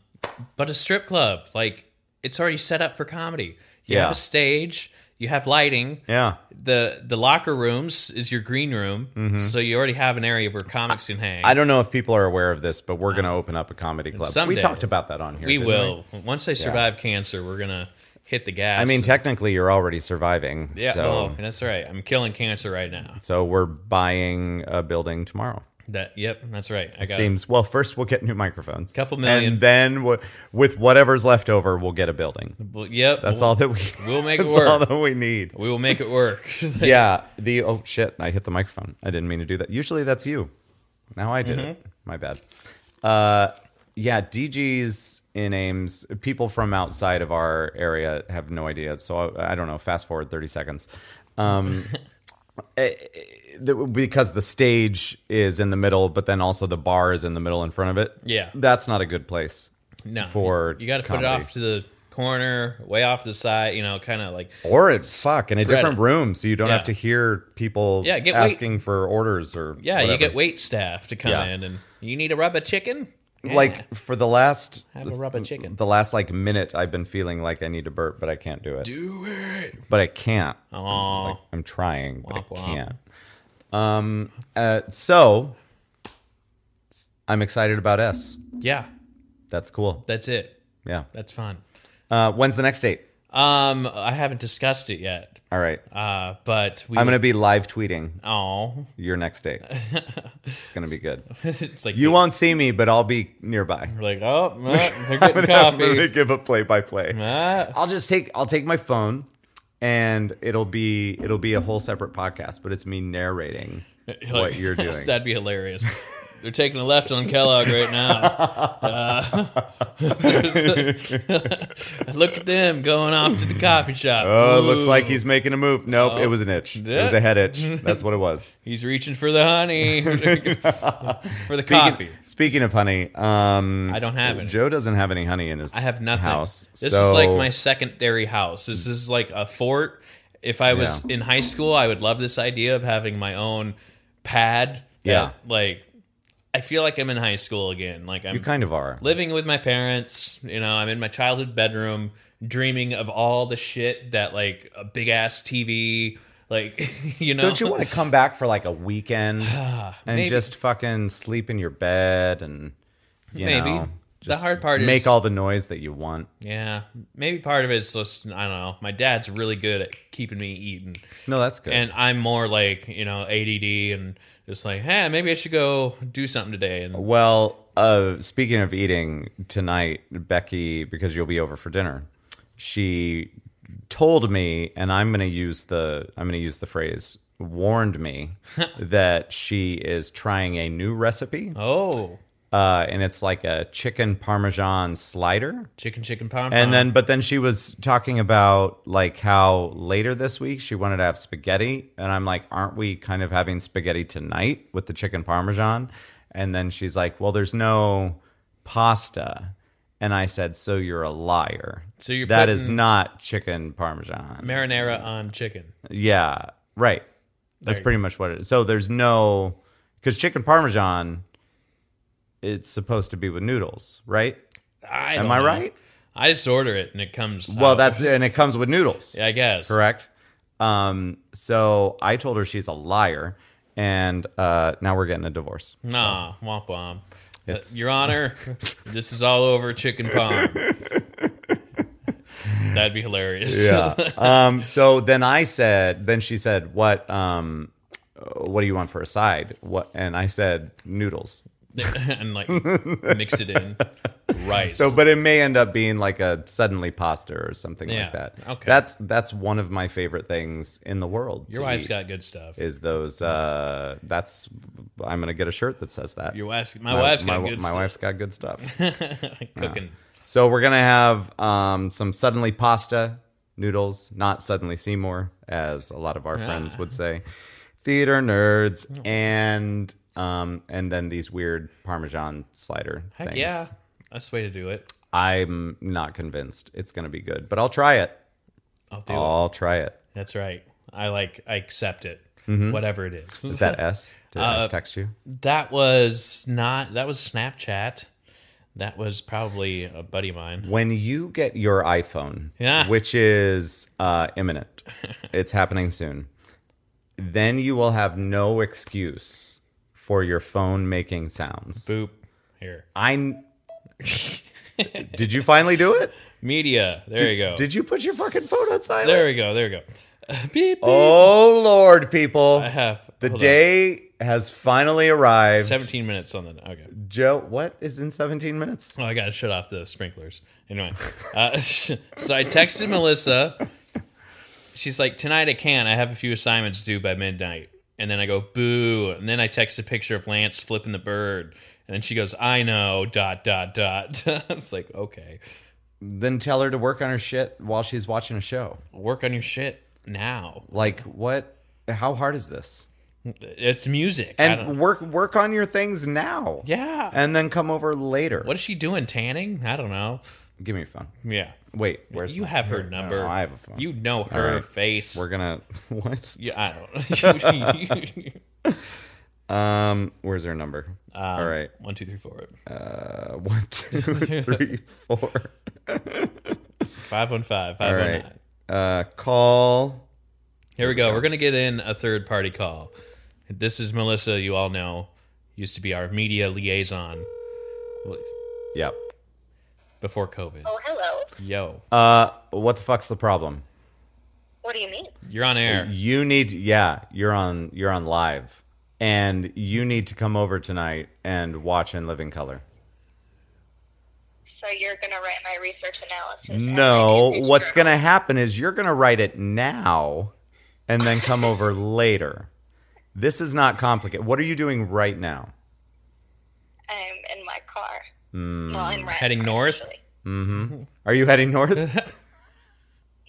Speaker 2: but a strip club, like it's already set up for comedy. You
Speaker 1: Yeah.
Speaker 2: have a stage, you have lighting.
Speaker 1: Yeah.
Speaker 2: The the locker rooms is your green room, so you already have an area where comics can hang.
Speaker 1: Mm-hmm. I don't know if people are aware of this, but we're going to open up a comedy club.
Speaker 2: Someday.
Speaker 1: We talked about that on here.
Speaker 2: we
Speaker 1: didn't
Speaker 2: will once I survive cancer, we're gonna hit the gas.
Speaker 1: I mean, technically, you're already surviving.
Speaker 2: yeah,
Speaker 1: So,
Speaker 2: oh, that's right. I'm killing cancer right now.
Speaker 1: so we're buying a building tomorrow.
Speaker 2: That yep, that's right. I got
Speaker 1: Seems well. First, we'll get new microphones.
Speaker 2: Couple million.
Speaker 1: and then w- with whatever's left over, we'll get a building.
Speaker 2: Well, yep,
Speaker 1: That's
Speaker 2: we'll,
Speaker 1: all that we.
Speaker 2: We'll make it
Speaker 1: <laughs> that's all
Speaker 2: work.
Speaker 1: that we need.
Speaker 2: We will make it work. <laughs>
Speaker 1: yeah. The oh shit! I hit the microphone. I didn't mean to do that. Usually that's you. Now I did
Speaker 2: Mm-hmm.
Speaker 1: it. My bad. Uh, yeah, DGs in Ames. People from outside of our area have no idea. So I, I don't know. Fast forward thirty seconds.
Speaker 2: <laughs>
Speaker 1: Um, eh, eh, the- because the stage is in the middle, but then also the bar is in the middle in front of it.
Speaker 2: Yeah.
Speaker 1: that's not a good place.
Speaker 2: no,
Speaker 1: for
Speaker 2: you, got to put it
Speaker 1: comedy.
Speaker 2: off to the corner, way off to the side. You know, kind of like
Speaker 1: Or it's fuck in a
Speaker 2: Spread
Speaker 1: different
Speaker 2: it.
Speaker 1: room, so you don't
Speaker 2: Yeah.
Speaker 1: have to hear people
Speaker 2: Yeah, get wait-
Speaker 1: asking for orders or
Speaker 2: Yeah,
Speaker 1: whatever.
Speaker 2: you get wait staff to come
Speaker 1: Yeah.
Speaker 2: in, and you need a rubber chicken. Yeah.
Speaker 1: like for the last
Speaker 2: Have a rubber chicken.
Speaker 1: the last like minute i've been feeling like i need to burp but i can't do it do it but i can't
Speaker 2: Aw.
Speaker 1: Like, i'm trying but
Speaker 2: Oh. Womp
Speaker 1: i
Speaker 2: womp.
Speaker 1: can't um uh so i'm excited about s
Speaker 2: yeah,
Speaker 1: that's cool
Speaker 2: that's it.
Speaker 1: yeah
Speaker 2: That's fun.
Speaker 1: uh when's the next date
Speaker 2: Um, I haven't discussed it yet,
Speaker 1: all right
Speaker 2: uh, but we.
Speaker 1: i'm gonna be live tweeting
Speaker 2: Oh,
Speaker 1: your next date it's gonna be good
Speaker 2: <laughs> it's like
Speaker 1: you won't see me but i'll be nearby
Speaker 2: We're <laughs> like, oh, well, they're
Speaker 1: <laughs> I'm
Speaker 2: getting
Speaker 1: gonna
Speaker 2: coffee.
Speaker 1: give a play-by-play
Speaker 2: Ah,
Speaker 1: I'll just take I'll take my phone and it'll be it'll be a whole separate podcast, but it's me narrating what
Speaker 2: <laughs> like-
Speaker 1: you're doing.
Speaker 2: that'd be hilarious. They're taking a left on Kellogg right now. Uh, <laughs> look at them going off to the coffee shop.
Speaker 1: oh, it looks
Speaker 2: Ooh.
Speaker 1: like he's making a move. Nope,
Speaker 2: Oh.
Speaker 1: it was an itch. It was a head
Speaker 2: <laughs>
Speaker 1: itch. That's what it was.
Speaker 2: He's reaching for
Speaker 1: <laughs>
Speaker 2: the honey, <laughs> for the coffee.
Speaker 1: Speaking, speaking of honey, um,
Speaker 2: I don't have it.
Speaker 1: Joe doesn't have any honey in his
Speaker 2: I have nothing.
Speaker 1: house.
Speaker 2: This
Speaker 1: so
Speaker 2: is like my secondary house. This is like a fort. If I was
Speaker 1: Yeah.
Speaker 2: in high school, I would love this idea of having my own pad. that,
Speaker 1: Yeah.
Speaker 2: like I feel like I'm in high school again. Like I'm
Speaker 1: you kind of are.
Speaker 2: living with my parents. You know, I'm in my childhood bedroom, dreaming of all the shit that like a big ass TV. Like <laughs> you know,
Speaker 1: Don't you want to come back for like a
Speaker 2: <sighs>
Speaker 1: weekend and
Speaker 2: Maybe.
Speaker 1: just fucking sleep in your bed and you
Speaker 2: Maybe.
Speaker 1: know,
Speaker 2: The
Speaker 1: just
Speaker 2: hard part is-
Speaker 1: make all the noise that you want.
Speaker 2: Yeah, maybe part of it is just I don't know. My dad's really good at keeping me eating,
Speaker 1: No, that's good.
Speaker 2: and I'm more like you know ADD and just like, hey, maybe I should go do something today. And
Speaker 1: Well, uh, speaking of eating tonight, Becky, because you'll be over for dinner, she told me, and I'm going to use the I'm going to use the phrase
Speaker 2: <laughs>
Speaker 1: warned me that she is trying a new recipe
Speaker 2: oh,
Speaker 1: uh, and it's like a chicken parmesan slider.
Speaker 2: Chicken, chicken, pom
Speaker 1: And then, but then she was talking about like how later this week she wanted to have spaghetti. And I'm like, aren't we kind of having spaghetti tonight with the chicken parmesan? And then she's like, well, there's no pasta. And I said, so you're a liar.
Speaker 2: So you're
Speaker 1: That is
Speaker 2: putting-
Speaker 1: not chicken parmesan.
Speaker 2: marinara on chicken.
Speaker 1: yeah, right. That's
Speaker 2: There you
Speaker 1: pretty much what it is. So there's no, because chicken parmesan, it's supposed to be with noodles, right?
Speaker 2: I
Speaker 1: Am
Speaker 2: don't
Speaker 1: I
Speaker 2: know. Uh,
Speaker 1: right?
Speaker 2: I just order it and it comes.
Speaker 1: Well,
Speaker 2: out.
Speaker 1: that's and it comes with noodles.
Speaker 2: Yeah, I guess.
Speaker 1: correct. Um, so I told her she's a liar, and uh, now we're getting a divorce.
Speaker 2: Nah, womp womp. Uh,
Speaker 1: It's- <laughs>
Speaker 2: Your Honor, this is all over chicken pom. That'd be hilarious.
Speaker 1: <laughs> um, so then I said, then she said, "What? Um, uh, what do you want for a side?" What? And I said, "Noodles."
Speaker 2: <laughs> and like mix it in rice.
Speaker 1: So, but it may end up being like a suddenly pasta or something
Speaker 2: Yeah,
Speaker 1: like that.
Speaker 2: okay.
Speaker 1: That's that's one of my favorite things in the world.
Speaker 2: your
Speaker 1: to
Speaker 2: wife's
Speaker 1: eat,
Speaker 2: got good stuff. <laughs>
Speaker 1: is those. Uh, that's I'm gonna get a shirt that says that.
Speaker 2: Your wife's my, wife's got
Speaker 1: my,
Speaker 2: good
Speaker 1: my
Speaker 2: stuff.
Speaker 1: wife's got good
Speaker 2: <laughs>
Speaker 1: stuff.
Speaker 2: cooking.
Speaker 1: So we're gonna have um, some suddenly pasta noodles, not suddenly Seymour, as a lot of our friends would say, theater nerds,
Speaker 2: Mm.
Speaker 1: and um, and then these weird Parmesan slider
Speaker 2: Heck
Speaker 1: things.
Speaker 2: yeah, that's the way to do it.
Speaker 1: I'm not convinced it's gonna be good, but I'll try it.
Speaker 2: I'll do it.
Speaker 1: I'll try it.
Speaker 2: That's right. I like. I accept it. Whatever it is.
Speaker 1: Mm-hmm. Is that S? Did
Speaker 2: Uh,
Speaker 1: S text you?
Speaker 2: That was not. That was Snapchat. That was probably a buddy of mine.
Speaker 1: When you get your iPhone,
Speaker 2: Yeah.
Speaker 1: which is uh,
Speaker 2: <laughs>
Speaker 1: imminent, it's happening soon, then you will have no excuse for your phone making sounds.
Speaker 2: Boop. Here. <laughs>
Speaker 1: I did you finally do it?
Speaker 2: Media. There you go.
Speaker 1: Did you put your fucking phone on silent?
Speaker 2: Oh. There we go. There we go. <laughs> beep, beep.
Speaker 1: Oh Lord, people!
Speaker 2: I have
Speaker 1: the
Speaker 2: hold on.
Speaker 1: day has finally arrived.
Speaker 2: Seventeen minutes on the okay.
Speaker 1: Joe, what is in 17 minutes?
Speaker 2: Oh, I gotta shut off the sprinklers. Anyway, uh, <laughs> so I texted Melissa. She's like, "Tonight I can't. I have a few assignments due by midnight." And then I go, "Boo!" And then I text a picture of Lance flipping the bird. And then she goes, "I know." Dot dot dot. <laughs> it's like, okay,
Speaker 1: Then tell her to work on her shit while she's watching a show.
Speaker 2: work on your shit now.
Speaker 1: Like what? How hard is this?
Speaker 2: It's music. I don't-
Speaker 1: and work work on your things now.
Speaker 2: yeah.
Speaker 1: and then come over later.
Speaker 2: what is she doing? Tanning? I don't know.
Speaker 1: Give me your phone.
Speaker 2: Yeah.
Speaker 1: Wait, where's
Speaker 2: You
Speaker 1: my-
Speaker 2: have her number.
Speaker 1: I have a phone.
Speaker 2: You know her
Speaker 1: right.
Speaker 2: face.
Speaker 1: We're gonna <laughs> what?
Speaker 2: yeah, I
Speaker 1: <laughs>
Speaker 2: don't know. <laughs>
Speaker 1: Um, where's her number?
Speaker 2: Um,
Speaker 1: All right,
Speaker 2: One, two, three, four.
Speaker 1: uh,
Speaker 2: <laughs>
Speaker 1: one, two, three, four.
Speaker 2: Five one five.
Speaker 1: All
Speaker 2: Five one
Speaker 1: right,
Speaker 2: nine.
Speaker 1: uh, call.
Speaker 2: Here we go. We're gonna get in a third party call. This is Melissa. You all know used to be our media liaison well,
Speaker 1: Yep.
Speaker 2: before COVID.
Speaker 7: Oh, hello.
Speaker 2: Yo,
Speaker 1: Uh, what the fuck's the problem?
Speaker 7: What do you mean?
Speaker 2: you're on air.
Speaker 1: You need, yeah, you're on, you're on live, and you need to come over tonight and watch in living color.
Speaker 7: So you're going to write my research analysis? and my
Speaker 1: No,
Speaker 7: two-page
Speaker 1: what's
Speaker 7: journal.
Speaker 1: going to happen is you're going to write it now and then come over later. This is not complicated. What are you doing right now?
Speaker 7: I'm in my car.
Speaker 1: Hmm.
Speaker 7: Well, I'm right
Speaker 2: Heading
Speaker 7: now,
Speaker 2: north?
Speaker 7: actually.
Speaker 1: Are you heading
Speaker 7: <laughs>
Speaker 1: north?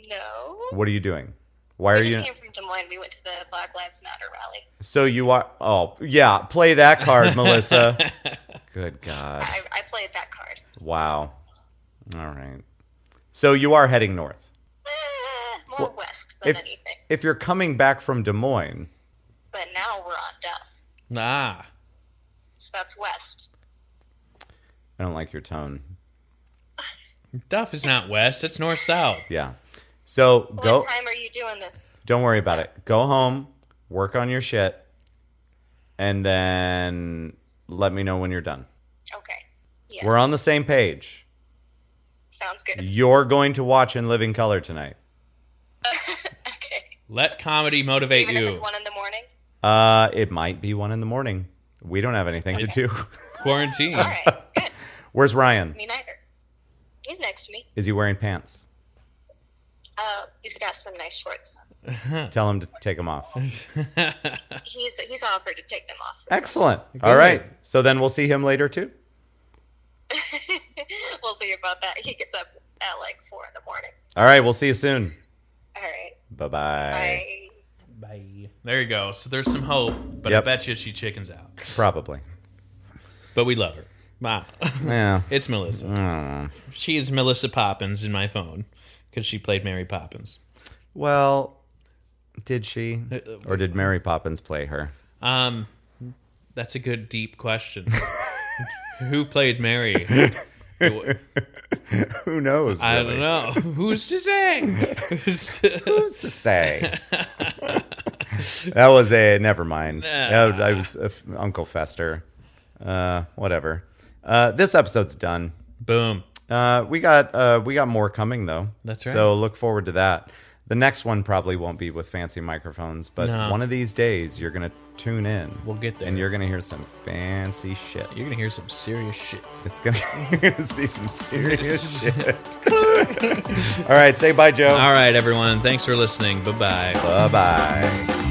Speaker 7: No.
Speaker 1: what are you doing? Why are
Speaker 7: I just
Speaker 1: you
Speaker 7: came from Des Moines. We went to the Black Lives Matter rally.
Speaker 1: So you are Oh, yeah, play that card,
Speaker 7: <laughs>
Speaker 1: Melissa. Good god.
Speaker 7: I, I played that card.
Speaker 1: Wow. All right. So you are heading north.
Speaker 7: Eh, more
Speaker 1: Well,
Speaker 7: west than
Speaker 1: If
Speaker 7: anything.
Speaker 1: if you're coming back from Des Moines,
Speaker 7: But now we're on Duff.
Speaker 2: Nah.
Speaker 7: So that's west.
Speaker 1: I don't like your tone.
Speaker 2: Duff is not west. It's north south.
Speaker 1: Yeah. So go
Speaker 7: What time are you doing this?
Speaker 1: Don't worry about it. Go home, work on your shit, and then let me know when you're done.
Speaker 7: Okay. Yes.
Speaker 1: We're on the same page.
Speaker 7: Sounds good.
Speaker 1: You're going to watch in living color tonight.
Speaker 7: <laughs> okay.
Speaker 2: Let comedy motivate
Speaker 7: Even if
Speaker 2: you.
Speaker 7: it's one in the
Speaker 1: <laughs>
Speaker 7: morning?
Speaker 1: Uh, it might be one in the morning. We don't have anything to do. <laughs>
Speaker 2: Quarantine.
Speaker 7: All right. good.
Speaker 1: Where's Ryan?
Speaker 7: Me neither. He's next to me.
Speaker 1: Is he wearing pants?
Speaker 7: Uh, he's got some nice shorts.
Speaker 2: Hmm.
Speaker 1: Tell him to take them
Speaker 2: <laughs>
Speaker 1: off.
Speaker 7: He's he's offered to take them off. <laughs>
Speaker 1: Excellent. All right. So then we'll see him later too.
Speaker 7: we'll see about that. He gets up at like four in the morning.
Speaker 1: All right, we'll see you soon.
Speaker 7: All right.
Speaker 1: Bye bye.
Speaker 7: Bye.
Speaker 2: Bye. There you go. So there's some hope, but
Speaker 1: Yep.
Speaker 2: I bet you she chickens out. <laughs>
Speaker 1: Probably.
Speaker 2: But we love her. <laughs> Wow.
Speaker 1: Yeah.
Speaker 2: it's Melissa. She is Melissa Poppins in my phone because she played Mary Poppins.
Speaker 1: Well, did she?
Speaker 2: Uh,
Speaker 1: Or did Mary Poppins play her?
Speaker 2: Um, that's a good deep question. <laughs> Who played Mary?
Speaker 1: Who knows?
Speaker 2: I
Speaker 1: really?
Speaker 2: don't know. Who's to say? Who's to- <laughs>
Speaker 1: Who's to say? that was a never mind.
Speaker 2: Nah.
Speaker 1: I was uh, Uncle Fester. Uh, whatever. Uh, this episode's done.
Speaker 2: Boom.
Speaker 1: Uh, we got uh, we got more coming though.
Speaker 2: That's
Speaker 1: So look forward to that. The next one probably won't be with fancy microphones, but
Speaker 2: No.
Speaker 1: one of these days you're gonna tune in.
Speaker 2: We'll get there.
Speaker 1: and you're gonna hear some fancy shit.
Speaker 2: You're gonna hear some serious shit.
Speaker 1: It's gonna, <laughs> you're gonna see some serious
Speaker 2: <laughs>
Speaker 1: shit. <laughs> All right, say bye, Joe.
Speaker 2: All right, everyone. Thanks for listening. Bye bye.
Speaker 1: Bye bye.